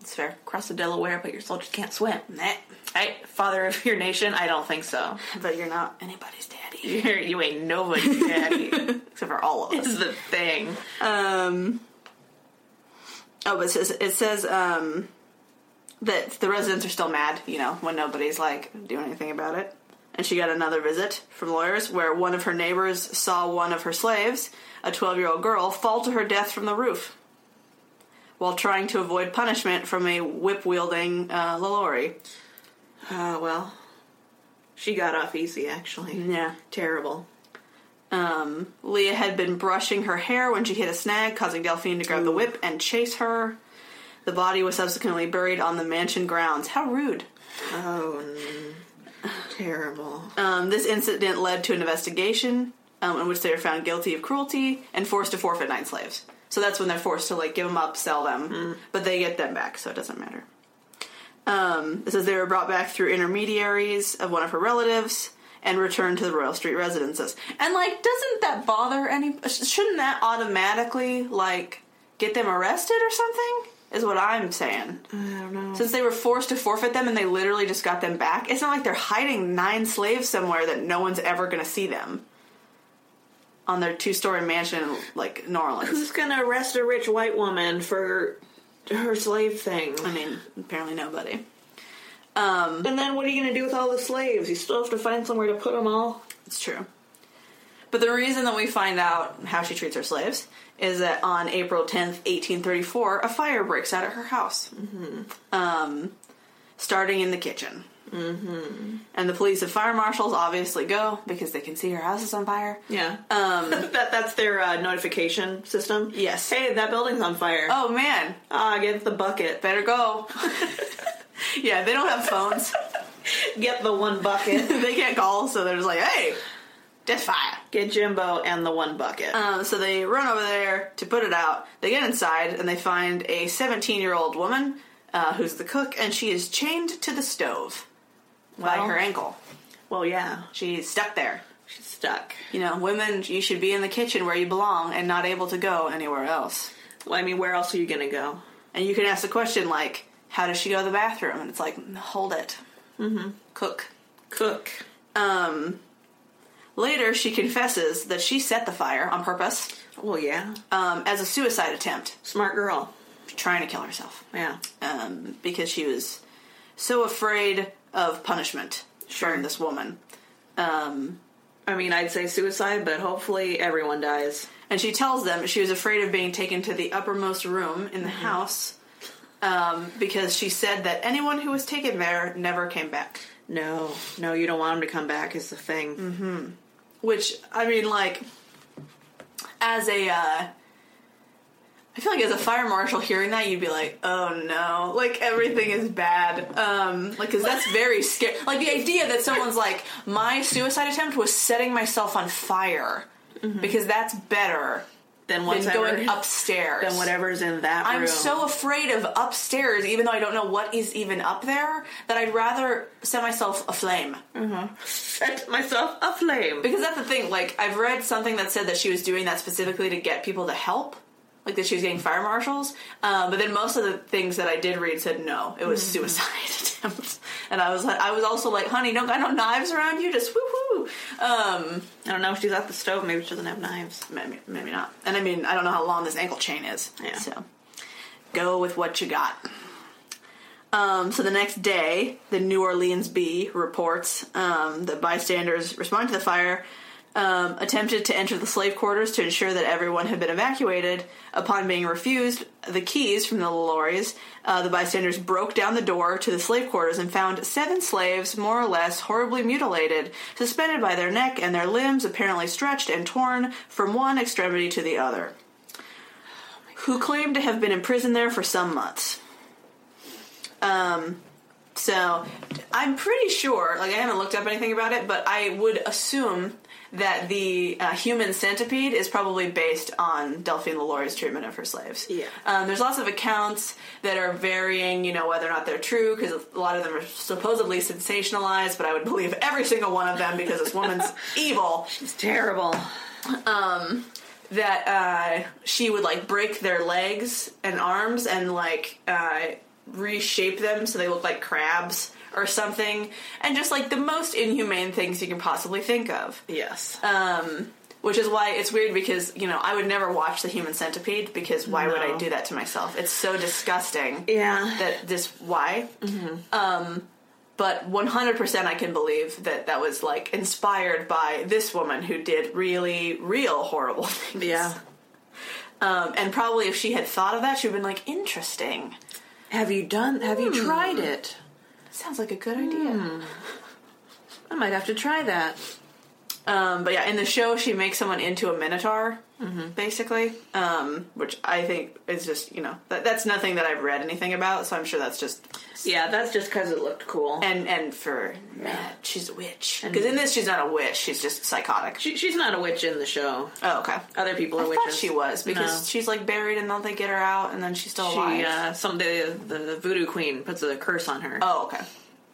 S1: It's fair.
S2: Across the Delaware, but your soldiers can't swim.
S1: Nah,
S2: I, father of your nation, I don't think so.
S1: but you're not anybody's daddy.
S2: You're, you ain't nobody's daddy.
S1: Except for all of us.
S2: is the thing.
S1: Um, oh, but it says, it says um, that the residents are still mad, you know, when nobody's like doing anything about it. And she got another visit from lawyers where one of her neighbors saw one of her slaves, a 12 year old girl, fall to her death from the roof while trying to avoid punishment from a whip wielding uh, Lalaurie.
S2: Uh, well, She got off easy, actually.
S1: Yeah.
S2: Terrible.
S1: Um, Leah had been brushing her hair when she hit a snag, causing Delphine to grab the whip and chase her. The body was subsequently buried on the mansion grounds. How rude.
S2: Oh, n- terrible.
S1: Um, this incident led to an investigation um, in which they were found guilty of cruelty and forced to forfeit nine slaves. So that's when they're forced to like give them up, sell them, but they get them back, so it doesn't matter. Um, it says they were brought back through intermediaries of one of her relatives and returned to the Royal Street residences. And like, doesn't that bother any? sh- Shouldn't that automatically like get them arrested or something? Is what I'm saying.
S2: I don't know.
S1: Since they were forced to forfeit them and they literally just got them back, it's not like they're hiding nine slaves somewhere that no one's ever going to see them on their two story mansion in, like New Orleans.
S2: Who's gonna arrest a rich white woman for her slave thing?
S1: I mean, apparently nobody. Um,
S2: And then what are you gonna do with all the slaves? You still have to find somewhere to put them all.
S1: It's true. But the reason that we find out how she treats her slaves is that on April 10th, 1834, a fire breaks out at her house, um, starting in the kitchen. Mm-hmm. And the police and fire marshals obviously go because they can see her house is on fire.
S2: Yeah.
S1: Um,
S2: that that's their uh, notification system.
S1: Yes.
S2: Hey, that building's on fire.
S1: oh man,
S2: Ah, get the bucket.
S1: better go. yeah, they don't have phones.
S2: Get the one bucket.
S1: they can't call, so they're just like, hey, death fire.
S2: get Jimbo and the one bucket.
S1: Um, so they run over there to put it out. They get inside and they find a 17 year old woman uh, who's the cook, and she is chained to the stove by
S2: Well.
S1: her ankle.
S2: well, yeah,
S1: She's stuck there.
S2: she's stuck.
S1: You know, women, you should be in the kitchen where you belong and not able to go anywhere else.
S2: Well, I mean, where else are you gonna go?
S1: And you can ask the question, like, how does she go to the bathroom? And it's like, hold it. Mm-hmm. Cook.
S2: Cook.
S1: Um, later, she confesses that she set the fire on purpose
S2: Well, yeah,
S1: um, as a suicide attempt,
S2: smart girl.
S1: trying to kill herself
S2: Yeah.
S1: um, because she was so afraid of punishment from this woman. Um,
S2: I mean, I'd say suicide, but hopefully everyone dies.
S1: and she tells them she was afraid of being taken to the uppermost room in the house um, because she said that anyone who was taken there never came back.
S2: No, no, you don't want him to come back. Is the thing.
S1: which I mean, like, as a, uh, I feel like as a fire marshal hearing that, you'd be like, oh no, like everything is bad, um, like, cause that's very scary. Like the idea that someone's like, my suicide attempt was setting myself on fire, because that's better
S2: Then
S1: than
S2: whatever.
S1: going upstairs.
S2: Then whatever's in that room.
S1: I'm so afraid of upstairs, even though I don't know what is even up there, that I'd rather set myself aflame.
S2: set myself aflame.
S1: Because that's the thing, like, I've read something that said that she was doing that specifically to get people to help, like that she was getting fire marshals. Um, but then most of the things that I did read said no, it was suicide attempts. And I was like, I was also like, honey, don't got no knives around you, just woo hoo. Um,
S2: I don't know if she's at the stove. Maybe she doesn't have knives.
S1: maybe, maybe not. And I mean, I don't know how long this ankle chain is.
S2: Yeah.
S1: So go with what you got. Um, so the next day, the New Orleans Bee reports um, that bystanders responding to the fire um, attempted to enter the slave quarters to ensure that everyone had been evacuated. Upon being refused the keys from the lorries, uh, the bystanders broke down the door to the slave quarters and found seven slaves, more or less, horribly mutilated, suspended by their neck and their limbs, apparently stretched and torn from one extremity to the other, who claimed to have been imprisoned there for some months. Um, So I'm pretty sure, like I haven't looked up anything about it, but I would assume that the uh, human centipede is probably based on Delphine LaLaurie's treatment of her slaves.
S2: Yeah.
S1: Um, there's lots of accounts that are varying, you know, whether or not they're true, because a lot of them are supposedly sensationalized, but I would believe every single one of them because this woman's evil
S2: She's terrible.
S1: that uh, she would like break their legs and arms and like uh, reshape them so they look like crabs or something, and just like the most inhumane things you can possibly think of.
S2: Yes.
S1: Um, which is why it's weird because you know I would never watch the Human Centipede because why would I
S2: No.
S1: do that to myself? It's so disgusting
S2: yeah.
S1: that this why. Um, but 100% I can believe that that was like inspired by this woman who did really real horrible things.
S2: yeah.
S1: Um, and probably if she had thought of that, she'd have been like, interesting.
S2: Hmm. Have you done? Have you tried it?
S1: Sounds like a good idea.
S2: Hmm. I might have to try that.
S1: Um, but yeah, in the show, she makes someone into a minotaur,
S2: Mm-hmm.
S1: basically, um, which I think is just you know that, that's nothing that I've read anything about, so I'm sure that's just
S2: Yeah, that's just because it looked cool.
S1: and and for
S2: Yeah.
S1: she's a witch because in this she's not a witch, she's just psychotic.
S2: She, she's not a witch in the show.
S1: oh okay,
S2: Other people are
S1: I thought
S2: witches.
S1: she was because
S2: No.
S1: she's like buried and then they get her out and then she's still alive.
S2: She, uh, some the, the voodoo queen puts a curse on her.
S1: Oh, okay.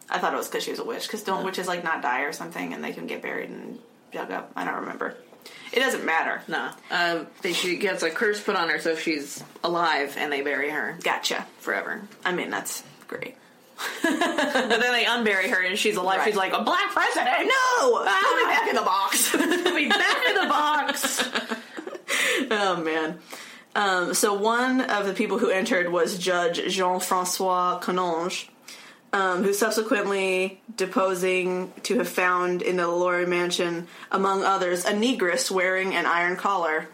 S1: I thought it was because she was a witch. Because don't witches like not die or something, and they can get buried and dug up? I don't remember. It doesn't matter.
S2: No, um, they, she gets a curse put on her, so she's alive, and they bury her
S1: Gotcha.
S2: forever.
S1: I mean, that's great.
S2: But then they unbury her, and she's alive.
S1: Right.
S2: She's like a black president.
S1: No, put me back in the box.
S2: Put me back in the box.
S1: oh man. Um, so one of the people who entered was Judge Jean-François Canonge, um, who subsequently deposing to have found in the Lalaurie mansion, among others, a negress wearing an iron collar.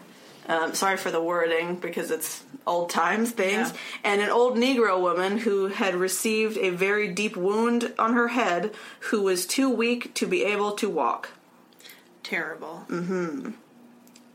S1: Um, sorry for the wording because it's old times things.
S2: Yeah.
S1: And an old Negro woman who had received a very deep wound on her head, who was too weak to be able to walk.
S2: Terrible.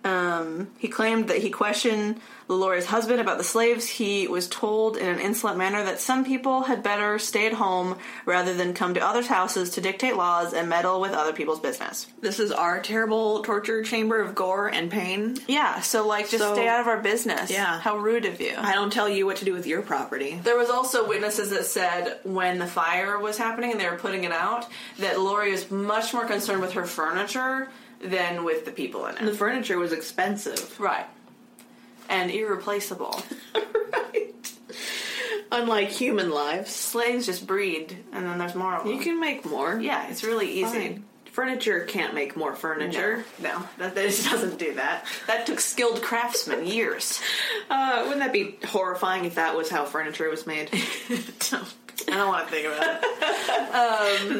S1: Um, he claimed that he questioned Lalore's husband about the slaves. He was told in an insolent manner that some people had better stay at home rather than come to others' houses to dictate laws and meddle with other people's business.
S2: This is our terrible torture chamber of gore and pain.
S1: Yeah, so like just
S2: So-
S1: stay out of our business.
S2: Yeah.
S1: How rude of you.
S2: I don't tell you what to do with your property.
S1: There was also witnesses that said when the fire was happening and they were putting it out that Lori was much more concerned with her furniture than with the people in it.
S2: The furniture was expensive.
S1: Right. And irreplaceable.
S2: right. Unlike human lives,
S1: slaves just breed and then there's more of them.
S2: you can make more.
S1: yeah, it's really easy.
S2: Fine. Furniture can't make more furniture.
S1: No, no, that, that just doesn't do that. That took skilled craftsmen years.
S2: Uh, wouldn't that be horrifying if that was how furniture was made?
S1: I don't want to think about it.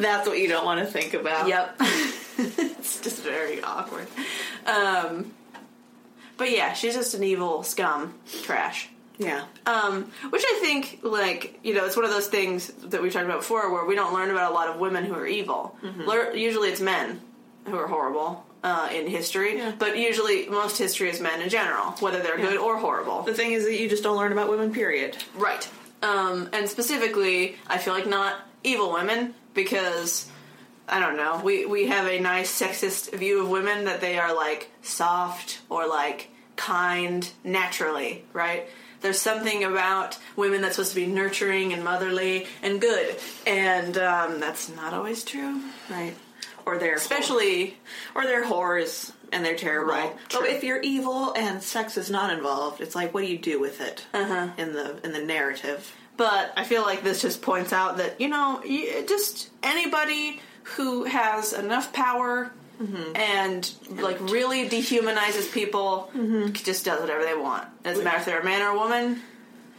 S2: That's what you don't want to think about.
S1: Um, yep. it's just very awkward. Um, but yeah, she's just an evil scum trash.
S2: Yeah. Uh,
S1: Um, which I think, like, you know, it's one of those things that we've talked about before where we don't learn about a lot of women who are evil. Lear- usually it's men who are horrible uh, in history,
S2: Yeah.
S1: but usually most history is men in general, whether they're good or horrible.
S2: The thing is that you just don't learn about women, period.
S1: Right. Um, and specifically, I feel like not evil women because. I don't know. We we have a nice sexist view of women that they are like soft or like kind naturally, right? There's something about women that's supposed to be nurturing and motherly and good, and um, that's not always true,
S2: Right. Or they're
S1: especially
S2: or they're whores and they're terrible.
S1: Right,
S2: But
S1: true.
S2: if you're evil and sex is not involved, it's like what do you do with it uh-huh. in the in the narrative?
S1: but I feel like this just points out that you know, you, just anybody who has enough power and like really dehumanizes people
S2: Mm-hmm.
S1: just does whatever they want. It doesn't matter if they're a man or a woman,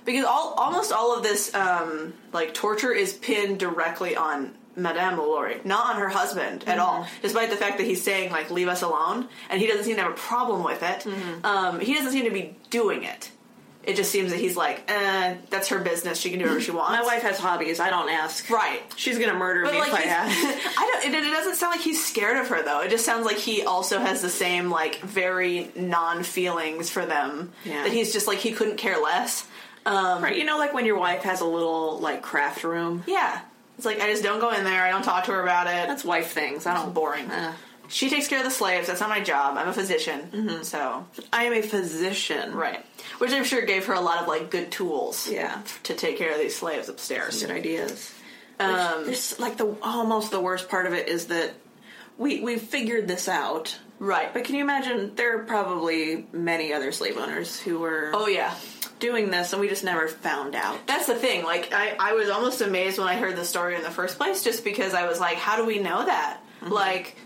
S1: because all almost all of this um, like torture is pinned directly on. Madame Lalaurie, not on her husband at all,
S2: Mm-hmm.
S1: despite the fact that he's saying like "leave us alone," and he doesn't seem to have a problem with it.
S2: Mm-hmm.
S1: Um, he doesn't seem to be doing it. It just seems that he's like, eh, that's her business. She can do whatever she wants.
S2: My wife has hobbies. I don't ask.
S1: right?
S2: She's gonna murder
S1: But
S2: me
S1: like,
S2: if I
S1: he's-
S2: ask.
S1: I don't. It, it doesn't sound like he's scared of her though. It just sounds like he also has the same like very non feelings for them.
S2: Yeah.
S1: That he's just like he couldn't care less. Um,
S2: Right, you know, like when your wife has a little like craft room.
S1: yeah. It's like I just don't go in there. I don't talk to her about it.
S2: That's wife things. I don't.
S1: boring.
S2: Uh,
S1: She takes care of the slaves. That's not my job. I'm a physician. So
S2: Mm-hmm. I am a physician.
S1: right, which I'm sure gave her a lot of like good tools.
S2: Yeah.
S1: To take care of these slaves upstairs.
S2: Good ideas. Um, there's like the almost the worst part of it is that we we figured this out.
S1: Right.
S2: But can you imagine? There are probably many other slave owners who were
S1: Oh yeah.
S2: doing this, and we just never found out.
S1: That's the thing. Like, I, I was almost amazed when I heard the story in the first place, just because I was like, how do we know that?
S2: Mm-hmm.
S1: Like,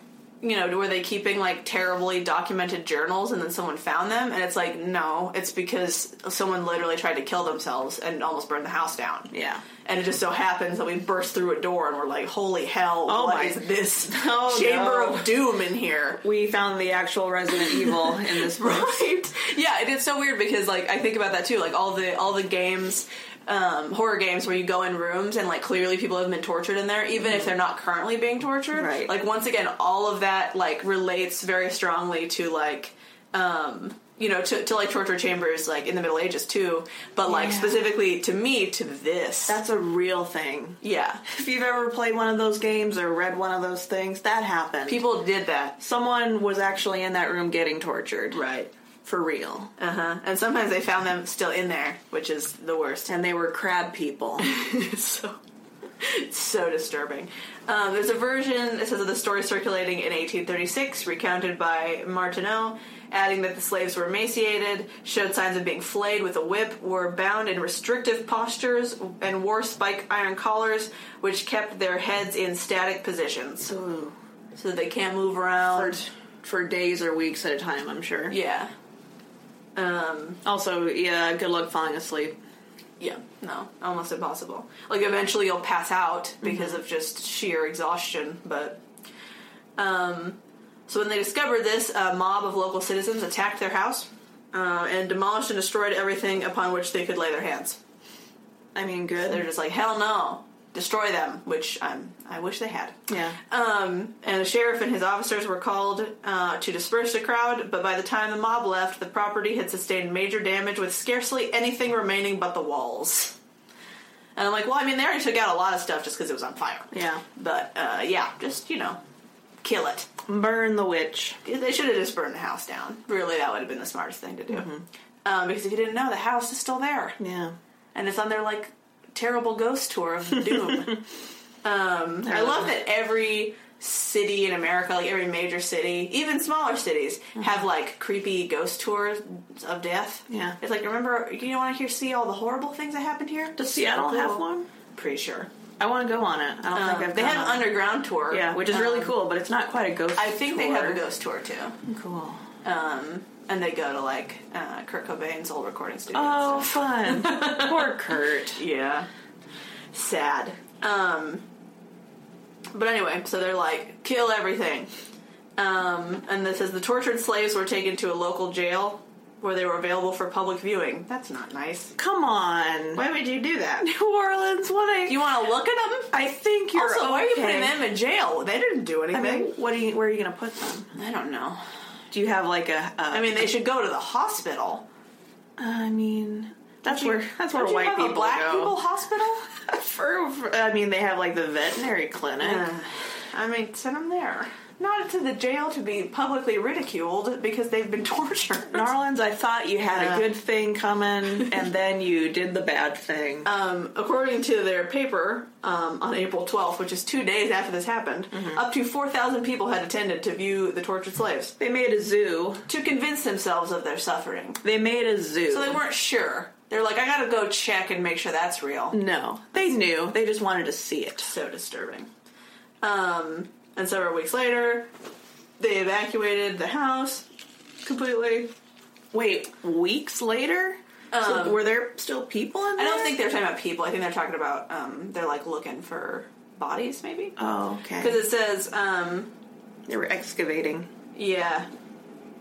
S1: you know, were they keeping like terribly documented journals and then someone found them? And it's like, no, it's because someone literally tried to kill themselves and almost burned the house down.
S2: Yeah.
S1: And it just so happens that we burst through a door and we're like, holy hell,
S2: Oh
S1: what
S2: my-
S1: is this
S2: Oh,
S1: chamber
S2: no.
S1: of doom in here?
S2: We found the actual Resident Evil in this book.
S1: right yeah it is so weird because like i think about that too like all the all the games um, horror games where you go in rooms and like clearly people have been tortured in there, even if they're not currently being tortured.
S2: Right.
S1: Like once again, all of that like relates very strongly to like um, you know to, to like torture chambers like in the Middle Ages too, but like
S2: Yeah.
S1: specifically to me to this.
S2: That's a real thing.
S1: yeah,
S2: If you've ever played one of those games or read one of those things, that happened.
S1: people did that.
S2: Someone was actually in that room getting tortured.
S1: Right.
S2: For real.
S1: Uh huh. And sometimes they found them still in there, which is the worst.
S2: And they were crab people.
S1: It's so it's so disturbing. Um, there's a version that says of the story circulating in 1836, recounted by Martineau, adding that the slaves were emaciated, showed signs of being flayed with a whip, were bound in restrictive postures, and wore spike iron collars, which kept their heads in static positions
S2: Ooh.
S1: so that they can't move around.
S2: For, for days or weeks at a time, I'm sure.
S1: Yeah. Um,
S2: Also, yeah, good luck falling asleep.
S1: yeah, no, almost impossible. Like eventually you'll pass out because of just sheer exhaustion, but um so when they discovered this, a mob of local citizens attacked their house uh, and demolished and destroyed everything upon which they could lay their hands.
S2: I mean,
S1: They're
S2: good.
S1: just like, hell no, destroy them, which I'm, I wish they had.
S2: Yeah.
S1: Um, and the sheriff and his officers were called uh, to disperse the crowd, but by the time the mob left, the property had sustained major damage with scarcely anything remaining but the walls. And I'm like, well, I mean, they already took out a lot of stuff just because it was on fire.
S2: Yeah.
S1: But uh, yeah, just, you know, kill it.
S2: Burn the witch.
S1: They should have just burned the house down. Really, that would have been the smartest thing to do. Um, because if you didn't know, the house is still there
S2: Yeah.
S1: and it's on their like terrible ghost tour of doom. um, I love that every city in America, like every major city, even smaller cities,
S2: Mm-hmm.
S1: have like creepy ghost tours of death.
S2: Yeah.
S1: it's like remember you want to hear see all the horrible things that happened here.
S2: Does Seattle have one?
S1: Pretty sure.
S2: I want to go on it. I don't
S1: Um,
S2: think I've
S1: they
S2: gone
S1: have
S2: on it.
S1: underground tour,
S2: Yeah, which is
S1: Um,
S2: really cool, but it's not quite a ghost
S1: I think they have a
S2: tour.
S1: ghost tour too,
S2: Cool.
S1: um, and they go to like uh, Kurt Cobain's old recording studio. and stuff.
S2: Oh, fun. Poor Kurt.
S1: Yeah. Sad. Um but anyway, so they're like, kill everything. Um and this says the tortured slaves were taken to a local jail where they were available for public viewing. That's not nice.
S2: Come on.
S1: Why would you do that?
S2: New Orleans, what a...
S1: You wanna look at them?
S2: I think you're
S1: also,
S2: okay.
S1: why are you putting them in jail? They didn't do
S2: I
S1: anything.
S2: mean, what do you, where are you going to put them?
S1: I don't know.
S2: Do you have like a? a-
S1: I mean, they should go to the hospital.
S2: I mean, that's
S1: Do you-
S2: where that's where
S1: don't you
S2: white
S1: have a
S2: people
S1: black
S2: go.
S1: people hospital?
S2: For, for- I mean, they have like the veterinary clinic.
S1: Uh, I mean, send them there. Not to the jail to be publicly ridiculed because they've been tortured.
S2: New Orleans, I thought you had
S1: Uh.
S2: a good thing coming, and then you did the bad thing.
S1: Um, according to their paper um, on April 12th, which is two days after this happened, up to 4,000 people had attended to view the tortured slaves
S2: they made a zoo.
S1: to convince themselves of their suffering.
S2: They made a zoo.
S1: So they weren't sure. They're like, I gotta go check and make sure that's real.
S2: no, they knew. They just wanted to see it.
S1: So disturbing. Um, and several weeks later, they evacuated the house completely.
S2: Wait, weeks later, so were there still people in
S1: I
S2: there?
S1: don't think they're talking about people. I think they're talking about um, they're like looking for bodies, maybe.
S2: Oh,
S1: Because
S2: okay.
S1: it says, um,
S2: They were excavating.
S1: yeah,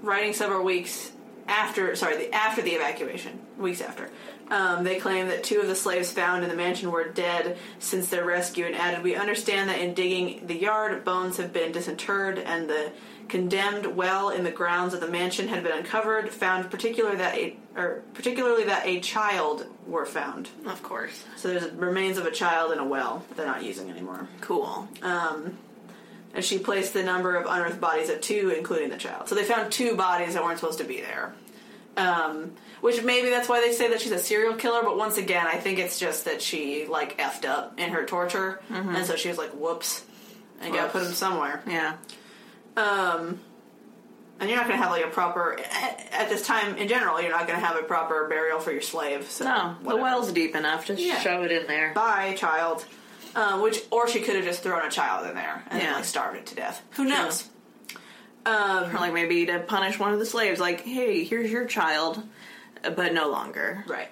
S1: writing several weeks after, sorry, the, after the evacuation, weeks after, um, they claim that two of the slaves found in the mansion were dead since their rescue, and added, "We understand that in digging the yard, bones have been disinterred, and the condemned well in the grounds of the mansion had been uncovered. Found particular that a, or particularly that a child were found."
S2: Of course.
S1: So there's remains of a child in a well that they're not using anymore.
S2: Cool.
S1: Um, and she placed the number of unearthed bodies at two, including the child. So they found two bodies that weren't supposed to be there. Um, which maybe that's why they say that she's a serial killer, but once again, I think it's just that she, like, effed up in her torture. And so she was like, whoops. I gotta put
S2: Mm-hmm. Whoops.
S1: him somewhere.
S2: Yeah.
S1: Um, and you're not gonna have, like, a proper, at this time in general, you're not gonna have a proper burial for your slave. So
S2: No,
S1: whatever.
S2: the well's deep enough. Just
S1: Yeah.
S2: shove it in there.
S1: bye child uh, which or she could have just thrown a child in there and then,
S2: Yeah.
S1: like starved it to death who knows um,
S2: Or like maybe to punish one of the slaves. Like, hey, here's your child, but no longer.
S1: right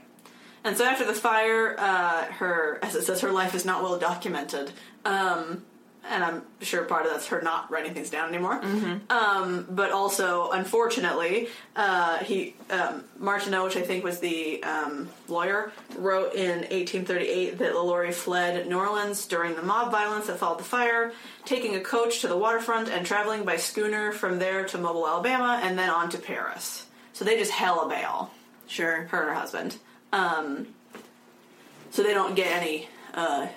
S1: and so after the fire uh, her as it says her life is not well documented um, and I'm sure part of that's her not writing things down anymore. Um, but also, unfortunately, uh, he um, Martineau, which I think was the um, lawyer, wrote in 1838 that LaLaurie fled New Orleans during the mob violence that followed the fire, taking a coach to the waterfront and traveling by schooner from there to Mobile, Alabama, and then on to Paris. So they just hella bail
S2: Sure.
S1: her and her husband. Um, so they don't get any uh,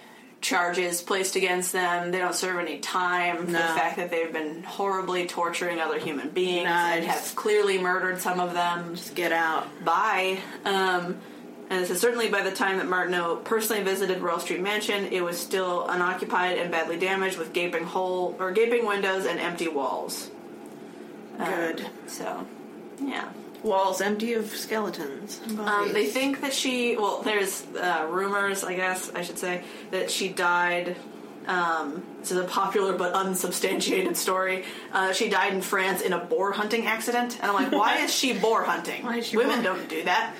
S1: charges placed against them. They don't serve any time for the
S2: No.
S1: fact that they've been horribly torturing other human beings and
S2: Nice.
S1: have clearly murdered some of them
S2: Get out.
S1: by. Um, and this is certainly by the time that Martineau personally visited Royal Street Mansion, it was still unoccupied and badly damaged with gaping hole or gaping windows and empty walls. Um,
S2: Good.
S1: so, yeah.
S2: Walls empty of skeletons. and
S1: Um, they
S2: bodies.
S1: think that she. Well, there's uh, rumors, I guess I should say, that she died. Um, this is a popular but unsubstantiated story. Uh, she died in France in a boar hunting accident, and I'm like, why is she boar hunting?
S2: Why is she
S1: Women
S2: boar-
S1: don't do that.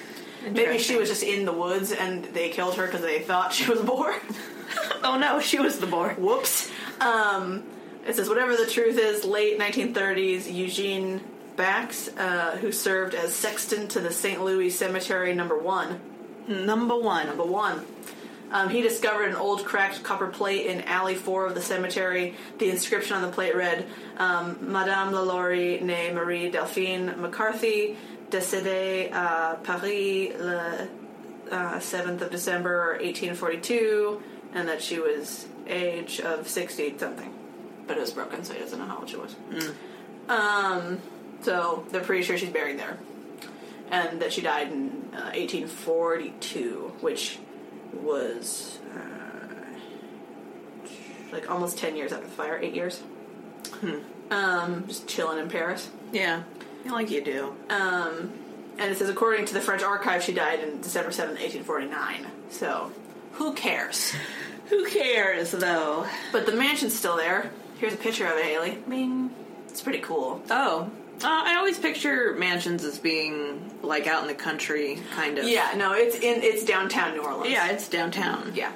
S1: Maybe she was just in the woods and they killed her because they thought she was a boar.
S2: oh no, she was the boar.
S1: Whoops. Um, it says, whatever the truth is, late 1930s, Eugene Bax, uh, who served as sexton to the St. Louis Cemetery Number One,
S2: Number one.
S1: Number one. Um, he discovered an old cracked copper plate in alley four of the cemetery. The inscription on the plate read, um, Madame LaLaurie, née Marie Delphine McCarthy, décédée à Paris le uh, 7th of December 1842, and that she was age of 60 something. But it was broken, so he doesn't know how old she was. Um, so they're pretty sure she's buried there and that she died in uh, 1842, which was uh, like almost 10 years after the fire, eight years.
S2: Hmm.
S1: Um, just chilling in Paris.
S2: Yeah. Like you do.
S1: Um, and it says, according to the French archive, she died in December 7th, 1849. So, who cares?
S2: Who cares though?
S1: But the mansion's still there. Here's a picture of it, Haley. I mean, it's pretty cool.
S2: Oh. Uh, I always picture mansions as being like out in the country, kind of.
S1: Yeah, no, it's in it's downtown New Orleans.
S2: Yeah, it's downtown.
S1: yeah.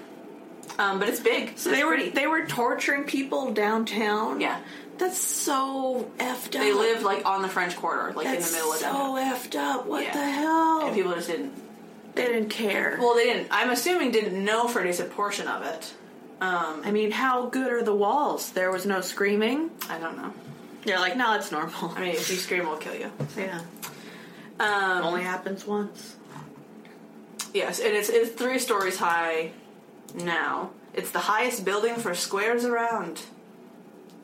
S1: Um, but it's big.
S2: So they were they were torturing people downtown.
S1: Yeah.
S2: that's so effed up.
S1: They lived like on the French Quarter, like
S2: That's
S1: in the middle of
S2: so
S1: downtown.
S2: effed up. What
S1: Yeah.
S2: the hell?
S1: And people just didn't.
S2: they didn't care.
S1: Well, they didn't. I'm assuming didn't know for a decent portion of it. Um,
S2: I mean, how good are the walls? There was no screaming.
S1: I don't know.
S2: They're like, no, it's normal.
S1: I mean, if you scream, we'll kill you.
S2: yeah,
S1: Um,
S2: only happens once.
S1: yes, and it's it's three stories high. Now it's the highest building for squares around. It's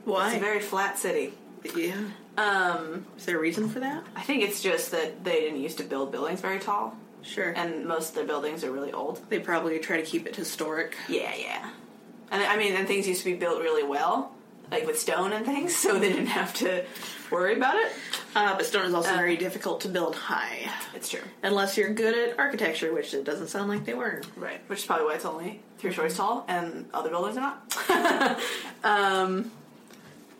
S1: a
S2: Why?
S1: very flat city.
S2: yeah.
S1: Um,
S2: Is there a reason for that?
S1: I think it's just that they didn't used to build buildings very tall,
S2: Sure. And
S1: and most of the buildings are really old.
S2: they probably try to keep it historic.
S1: Yeah, yeah. And I mean, and things used to be built really well, like with stone and things, so they didn't have to worry about it.
S2: Uh, but stone is also very difficult to build high,
S1: It's true.
S2: unless you're good at architecture, which it doesn't sound like they were.
S1: Right, which is probably why it's only three stories tall and other buildings are not. um,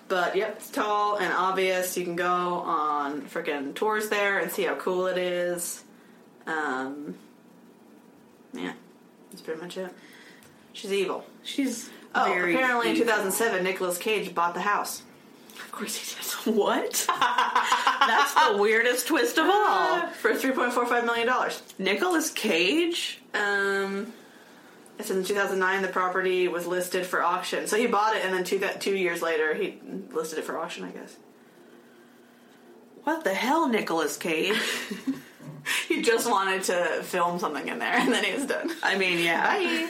S1: but yep, it's tall and obvious. You can go on freaking tours there and see how cool it is. Um, yeah, that's pretty much it. She's evil.
S2: She's
S1: Oh,
S2: very
S1: apparently in
S2: evil.
S1: 2007, Nicolas Cage bought the house. Of course he did.
S2: What? That's the weirdest twist of all.
S1: for three point four five million dollars.
S2: Nicolas Cage?
S1: Um, it says in 2009 the property was listed for auction. So he bought it, and then two two years later he listed it for auction. I guess
S2: What the hell, Nicolas Cage?
S1: he just wanted to film something in there, and then he was done.
S2: I mean, yeah.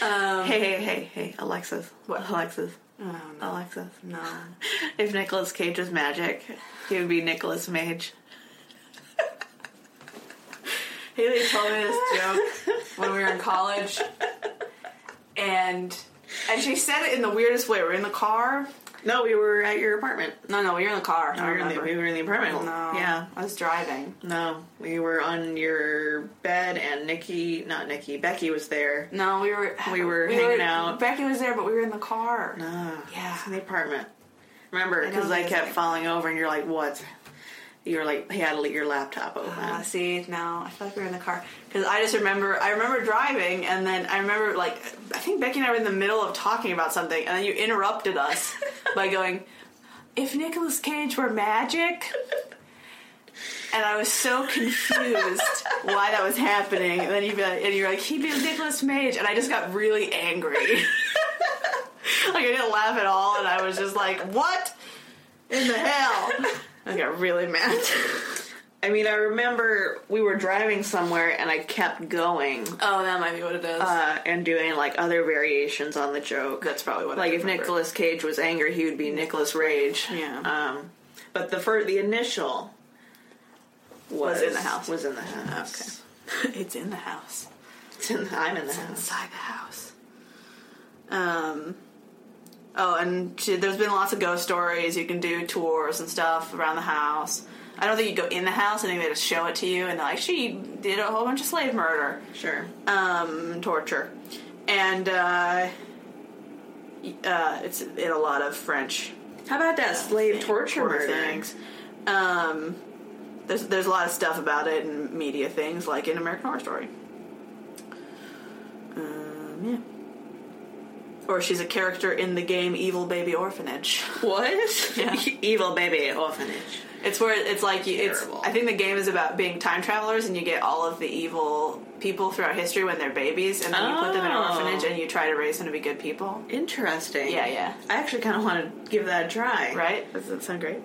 S1: Bye. um,
S2: Hey, hey, hey, hey, Alexis.
S1: What?
S2: Alexis.
S1: Uh-huh. oh, no,
S2: Alexis.
S1: no.
S2: If Nicolas Cage was magic, he would be Nicolas Mage.
S1: Haley told me this joke when we were in college, and and she said it in the weirdest way. We're in the car.
S2: No, we were at your apartment.
S1: No, no, we were in the car.
S2: We
S1: I
S2: were, in the,
S1: remember.
S2: we were in the apartment.
S1: no,
S2: Yeah.
S1: I was driving.
S2: No, we were on your bed, and Nikki, not Nikki, Becky was there.
S1: No, we were
S2: We were hanging out.
S1: Becky was there, but we were in the car.
S2: Ah,
S1: Yeah.
S2: it's in the apartment. Remember,
S1: know
S2: because I
S1: these
S2: kept
S1: things.
S2: falling over, and you're like, "What?" You were like, he had your laptop open.
S1: Uh, see, no, I feel like we were in the car because I just remember. I remember driving, and then I remember like I think Becky and I were in the middle of talking about something, and then you interrupted us by going, "If Nicolas Cage were magic." And I was so confused why that was happening. And then you'd be like, and you're like, he'd be Nicholas Mage, and I just got really angry. like I didn't laugh at all, and I was just like, "What in the hell?" I got really mad.
S2: I mean, I remember we were driving somewhere and I kept going
S1: Oh, that might be what it is.
S2: uh, and doing like other variations on the joke.
S1: That's probably what.
S2: like
S1: I
S2: if
S1: remember.
S2: Nicolas Cage was angry, he would be Nicolas Rage.
S1: Yeah.
S2: Um, but the fir- the initial was,
S1: Was in the house.
S2: Was in the house.
S1: it's in the house,
S2: Okay. It's in the, I'm in the house.
S1: inside the house. Um. Oh, and she, there's been lots of ghost stories. You can do tours and stuff around the house. I don't think you go in the house. I think they just show it to you, and they're like, "She did a whole bunch of slave murder."
S2: Sure.
S1: um, torture, and uh, y- uh, it's in a lot of French
S2: How about that slave torture
S1: horror
S2: murder?
S1: things. Um, there's there's a lot of stuff about it in media things, like in American Horror Story. Um, yeah. Or she's a character in the game Evil Baby Orphanage.
S2: What?
S1: Yeah.
S2: Evil baby orphanage.
S1: It's where it's like you, it's.
S2: Terrible.
S1: I think the game is about being time travelers, and you get all of the evil people throughout history when they're babies, and then you put them in an
S2: Oh.
S1: orphanage, and you try to raise them to be good people.
S2: Interesting.
S1: Yeah, yeah.
S2: I actually kind of want to give that a try.
S1: Right? Doesn't that sound great?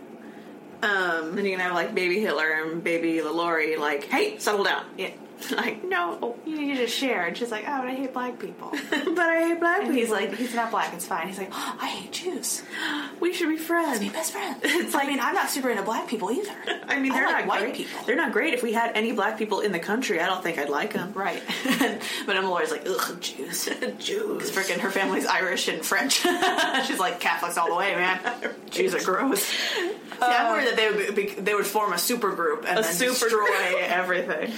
S1: Um,
S2: Then you can have like baby Hitler and baby LaLaurie like, hey, settle down.
S1: yeah.
S2: like, no,
S1: You need to share. And she's like, oh, but I hate black people.
S2: but I hate black
S1: And
S2: people.
S1: he's like, he's not black, it's fine. He's like, oh, I hate Jews.
S2: we should be friends.
S1: Be best friends. It's like, I mean, I'm not super into black people either.
S2: I mean, they're
S1: like
S2: not
S1: white
S2: great.
S1: people.
S2: They're not great. If we had any black people in the country, I don't think I'd like them.
S1: Right. but Emma Laura's like, ugh, Jews.
S2: Jews.
S1: Freaking her family's Irish and French. She's like Catholics all the way, man. Jews are gross. See, I'm worried that they would be, they would form a super group and
S2: A
S1: then
S2: super
S1: destroy
S2: group.
S1: everything.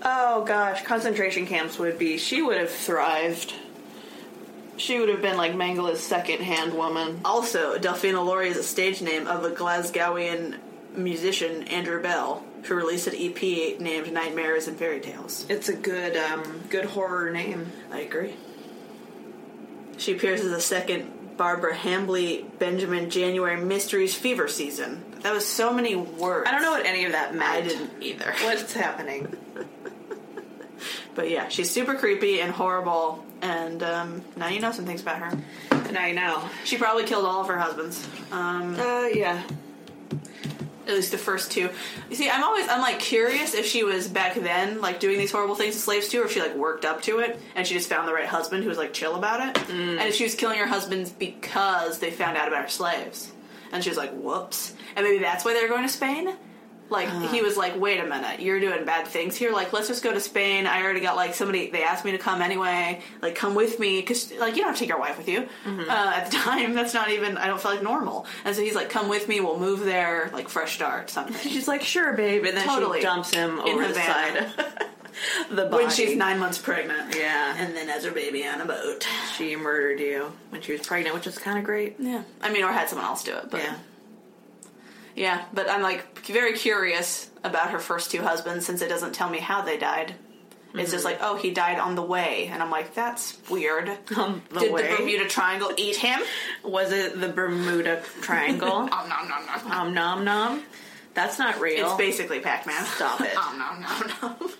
S2: Oh gosh, concentration camps would be. She would have thrived. She would have been like Mangala's second-hand woman.
S1: Also, Delphina Laurie is a stage name of a Glasgowian musician, Andrew Bell, who released an EP named Nightmares and Fairy Tales.
S2: It's a good, um, good horror name.
S1: I agree. She appears as the second Barbara Hambly Benjamin January Mysteries Fever Season. That was so many words.
S2: I don't know what any of that meant.
S1: I didn't either.
S2: What's happening?
S1: But yeah, she's super creepy and horrible, and um, now you know some things about her.
S2: And I know.
S1: She probably killed all of her husbands. Um,
S2: Uh, yeah.
S1: at least the first two. You see, I'm always I'm like curious if she was back then like doing these horrible things to slaves too, or if she like worked up to it and she just found the right husband who was like chill about it, and if she was killing her husbands because they found out about her slaves, and she was like, whoops, and maybe that's why they were going to Spain. Like he was like, wait a minute, you're doing bad things here. Like let's just go to Spain. I already got like somebody. They asked me to come anyway. Like come with me because like you don't have to take your wife with you uh, at the time. That's not even. I don't feel like normal. And so he's like, come with me. We'll move there. Like fresh start. Something.
S2: She's like, sure, babe, and then
S1: Totally.
S2: she dumps him over the
S1: Havana.
S2: side. the body.
S1: when she's nine months pregnant.
S2: Yeah.
S1: And then has her baby on a boat.
S2: she murdered you when she was pregnant, which is kind of great.
S1: Yeah. I mean, or had someone else do it. But yeah. But I'm like very curious about her first two husbands since it doesn't tell me how they died. It's just like, oh, he died on the way, and I'm like, that's weird.
S2: On Um, the
S1: Did
S2: way.
S1: the Bermuda Triangle eat him?
S2: Was it the Bermuda Triangle?
S1: Om nom nom nom.
S2: Om nom nom. That's not real.
S1: It's basically Pac-Man.
S2: Stop it.
S1: Om nom nom nom.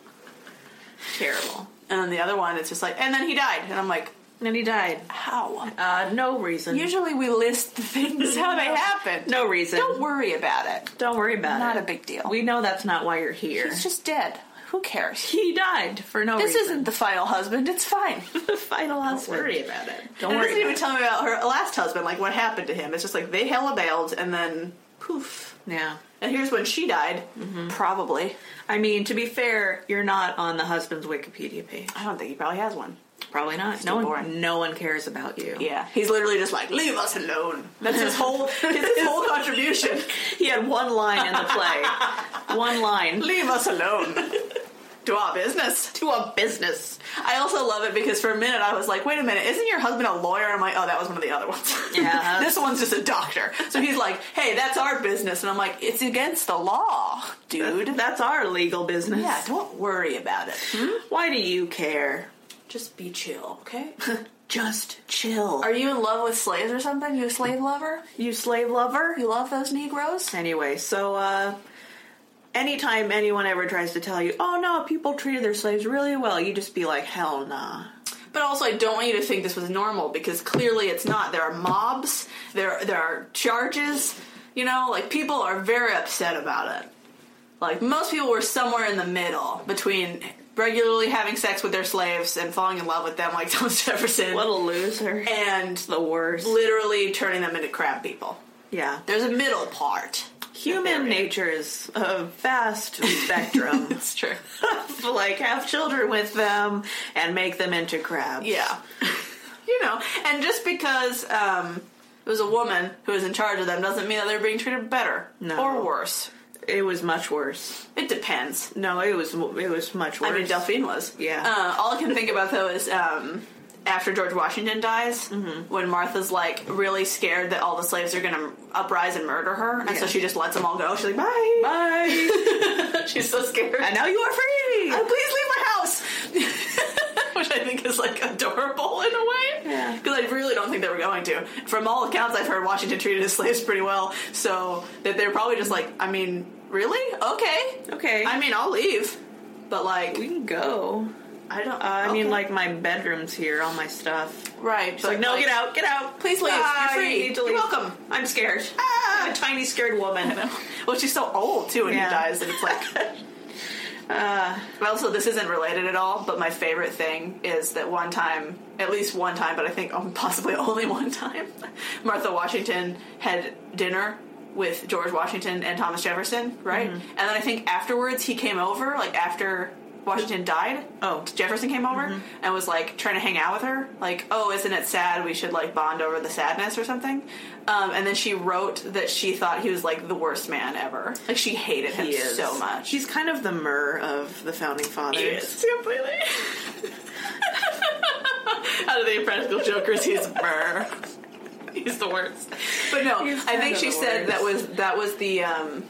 S2: terrible.
S1: And then the other one, it's just like, and then he died, and I'm like,
S2: And he died.
S1: how?
S2: Uh, no reason.
S1: Usually we list the things how they happened.
S2: no reason.
S1: Don't worry about it.
S2: Don't worry about
S1: Not
S2: it.
S1: a big deal.
S2: We know that's not why you're here.
S1: He's just dead. Who cares?
S2: He died for no
S1: This
S2: reason.
S1: isn't the final husband. It's fine.
S2: This isn't the final husband.
S1: about it.
S2: Don't
S1: Don't
S2: worry
S1: and worry. Doesn't even
S2: about
S1: tell me about her last husband. Like what happened to him. It's just like they hella bailed and then poof.
S2: Yeah.
S1: And here's when she died. Probably.
S2: I mean, to be fair, you're not on the husband's Wikipedia page.
S1: I don't think he probably has one.
S2: Probably not.
S1: too
S2: No one,
S1: boring.
S2: no one cares about you.
S1: Yeah, he's literally just like leave us alone. That's his whole his whole contribution.
S2: He had one line in the play. one line.
S1: Leave us alone. to our business.
S2: To a business.
S1: I also love it because for a minute I was like, wait a minute, isn't your husband a lawyer? I'm like, oh, that was one of the other ones.
S2: Yeah.
S1: this one's just a doctor. So he's like, hey, that's our business. And I'm like, it's against the law, dude.
S2: That's our legal business.
S1: yeah, don't worry about it.
S2: Why do you care?
S1: Just be chill, okay?
S2: Just chill.
S1: Are you in love with slaves or something? You a slave lover?
S2: you slave lover?
S1: You love those Negroes?
S2: Anyway, so uh anytime anyone ever tries to tell you, "Oh no, people treated their slaves really well," you just be like, "Hell nah."
S1: But also, I don't want you to think this was normal because clearly it's not. There are mobs. There there are charges. You know, like people are very upset about it. Like most people were somewhere in the middle between regularly having sex with their slaves and falling in love with them, like Thomas Jefferson,
S2: What a loser.
S1: and
S2: the worst.
S1: literally turning them into crab people.
S2: Yeah.
S1: There's a middle part.
S2: Human nature is a vast spectrum.
S1: That's true.
S2: like have children with them and make them into crabs.
S1: Yeah. you know, and just because um, it was a woman who was in charge of them doesn't mean that they're being treated better
S2: No.
S1: or worse.
S2: It was much worse.
S1: It depends.
S2: No, it was it was much worse.
S1: I mean, Delphine was.
S2: Yeah.
S1: Uh, all I can think about though is um, after George Washington dies,
S2: Mm-hmm.
S1: when Martha's like really scared that all the slaves are going to uprise and murder her, and so
S2: Yeah.
S1: she just lets them all go. She's like, "Bye,
S2: Bye.
S1: She's so scared.
S2: and now you are free.
S1: "Oh, please leave my house. Which I think is like adorable in a way.
S2: Yeah.
S1: Because I really don't think they were going to. From all accounts I've heard, Washington treated his slaves pretty well, so that they're probably just like, I mean, really? Okay.
S2: Okay.
S1: I mean, I'll leave. But like,
S2: we can go.
S1: I don't.
S2: Uh, I mean,
S1: okay.
S2: like my bedroom's here, all my stuff.
S1: right?
S2: It's like, no, get out, get out,
S1: Please leave.
S2: Bye,
S1: You're free.
S2: you need to
S1: You're
S2: leave.
S1: welcome.
S2: I'm scared.
S1: Ah!
S2: I'm a tiny scared woman.
S1: Well, she's so old too, when
S2: Yeah.
S1: he dies, and it's like. also, this isn't related at all, but my favorite thing is that one time, at least one time, but I think um, possibly only one time, Martha Washington had dinner with George Washington and Thomas Jefferson, right?
S2: Mm-hmm.
S1: And then I think afterwards he came over, like after Washington died.
S2: Oh.
S1: Jefferson came over and was like trying to hang out with her, like, "Oh, isn't it sad? We should like bond over the sadness or something." Um, and then she wrote that she thought he was like the worst man ever. Like she hated him
S2: He is
S1: so much.
S2: He's kind of the myrrh of the founding fathers.
S1: completely. Out of the Impractical Jokers, he's burr. He's the worst. But no,
S2: He's
S1: I
S2: kind
S1: think
S2: of
S1: she
S2: the
S1: said that was that was the um,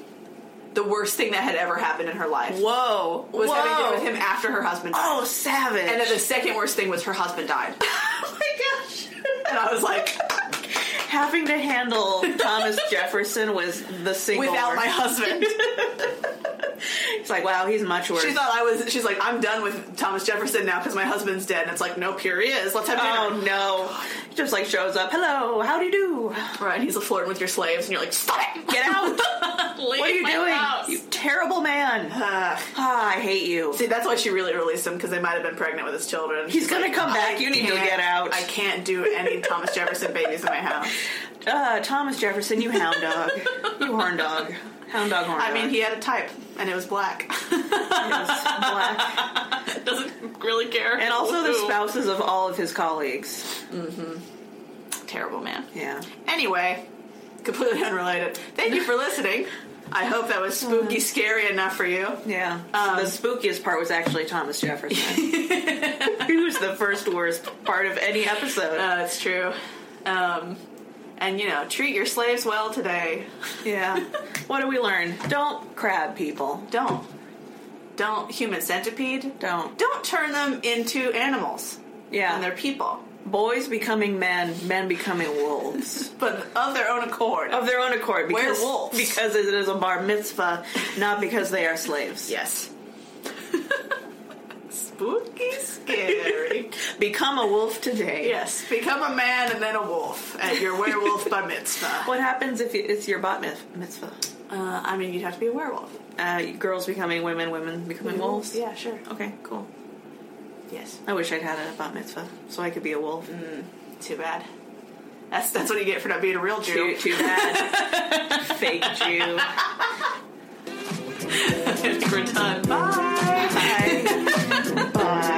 S1: the worst thing that had ever happened in her life
S2: Whoa,
S1: was
S2: whoa.
S1: having dinner with him after her husband died.
S2: Oh, savage!
S1: And then the second worst thing was her husband died.
S2: oh my gosh,
S1: And I was like,
S2: having to handle Thomas Jefferson was the single.
S1: without my
S2: worst.
S1: husband.
S2: it's like wow, he's much worse.
S1: She thought I was, she's like, I'm done with Thomas Jefferson now because my husband's dead. And it's like, nope, here he is. Let's have dinner.
S2: oh no, just like shows up. Hello, how do you do?
S1: Right, and he's flirting with your slaves, and you're like, stop it!
S2: Get out!
S1: Leave
S2: what are you
S1: my
S2: doing?
S1: house."
S2: You terrible man!
S1: Ugh.
S2: Ah, I hate you.
S1: See, that's why she really released him because they might have been pregnant with his children.
S2: He's gonna come back.
S1: "I
S2: You need to
S1: can't-
S2: get out."
S1: I can't do any Thomas Jefferson babies in my house.
S2: Uh, Thomas Jefferson, you hound dog. you horn dog. Hound dog, horn
S1: I
S2: dog.
S1: mean, he had a type, and it was black.
S2: is black.
S1: Doesn't really care.
S2: And also the
S1: Woo.
S2: spouses of all of his colleagues.
S1: Terrible man.
S2: Yeah.
S1: Anyway, completely unrelated. Thank you for listening. I hope that was spooky, scary enough for you.
S2: Yeah.
S1: Um,
S2: the spookiest part was actually Thomas Jefferson. he was the first worst part of any episode.
S1: Uh, it's true. Um, and you know, treat your slaves well today.
S2: yeah. What do we learn? Don't crab people.
S1: Don't, don't human centipede.
S2: Don't.
S1: Don't turn them into animals and
S2: Yeah.
S1: they're people,
S2: Boys becoming men, men becoming wolves.
S1: but of their own accord.
S2: of their own accord. Because,
S1: Werewolves.
S2: Because it is a bar mitzvah, not because they are slaves.
S1: Yes. Spooky, scary.
S2: Become a wolf today.
S1: yes, become a man and then a wolf, and you're werewolf by mitzvah.
S2: What happens if it's your bat mit- mitzvah?
S1: Uh, I mean, you'd have to be a werewolf.
S2: Uh, girls becoming women, women becoming wolves?
S1: Yeah, sure.
S2: Okay, cool.
S1: Yes.
S2: I wish I'd had a bat mitzvah so I could be a wolf.
S1: Too bad. That's that's what you get for not being a real
S2: Too,
S1: Jew.
S2: too bad. Fake Jew.
S1: We're done. Bye.
S2: Bye. Bye.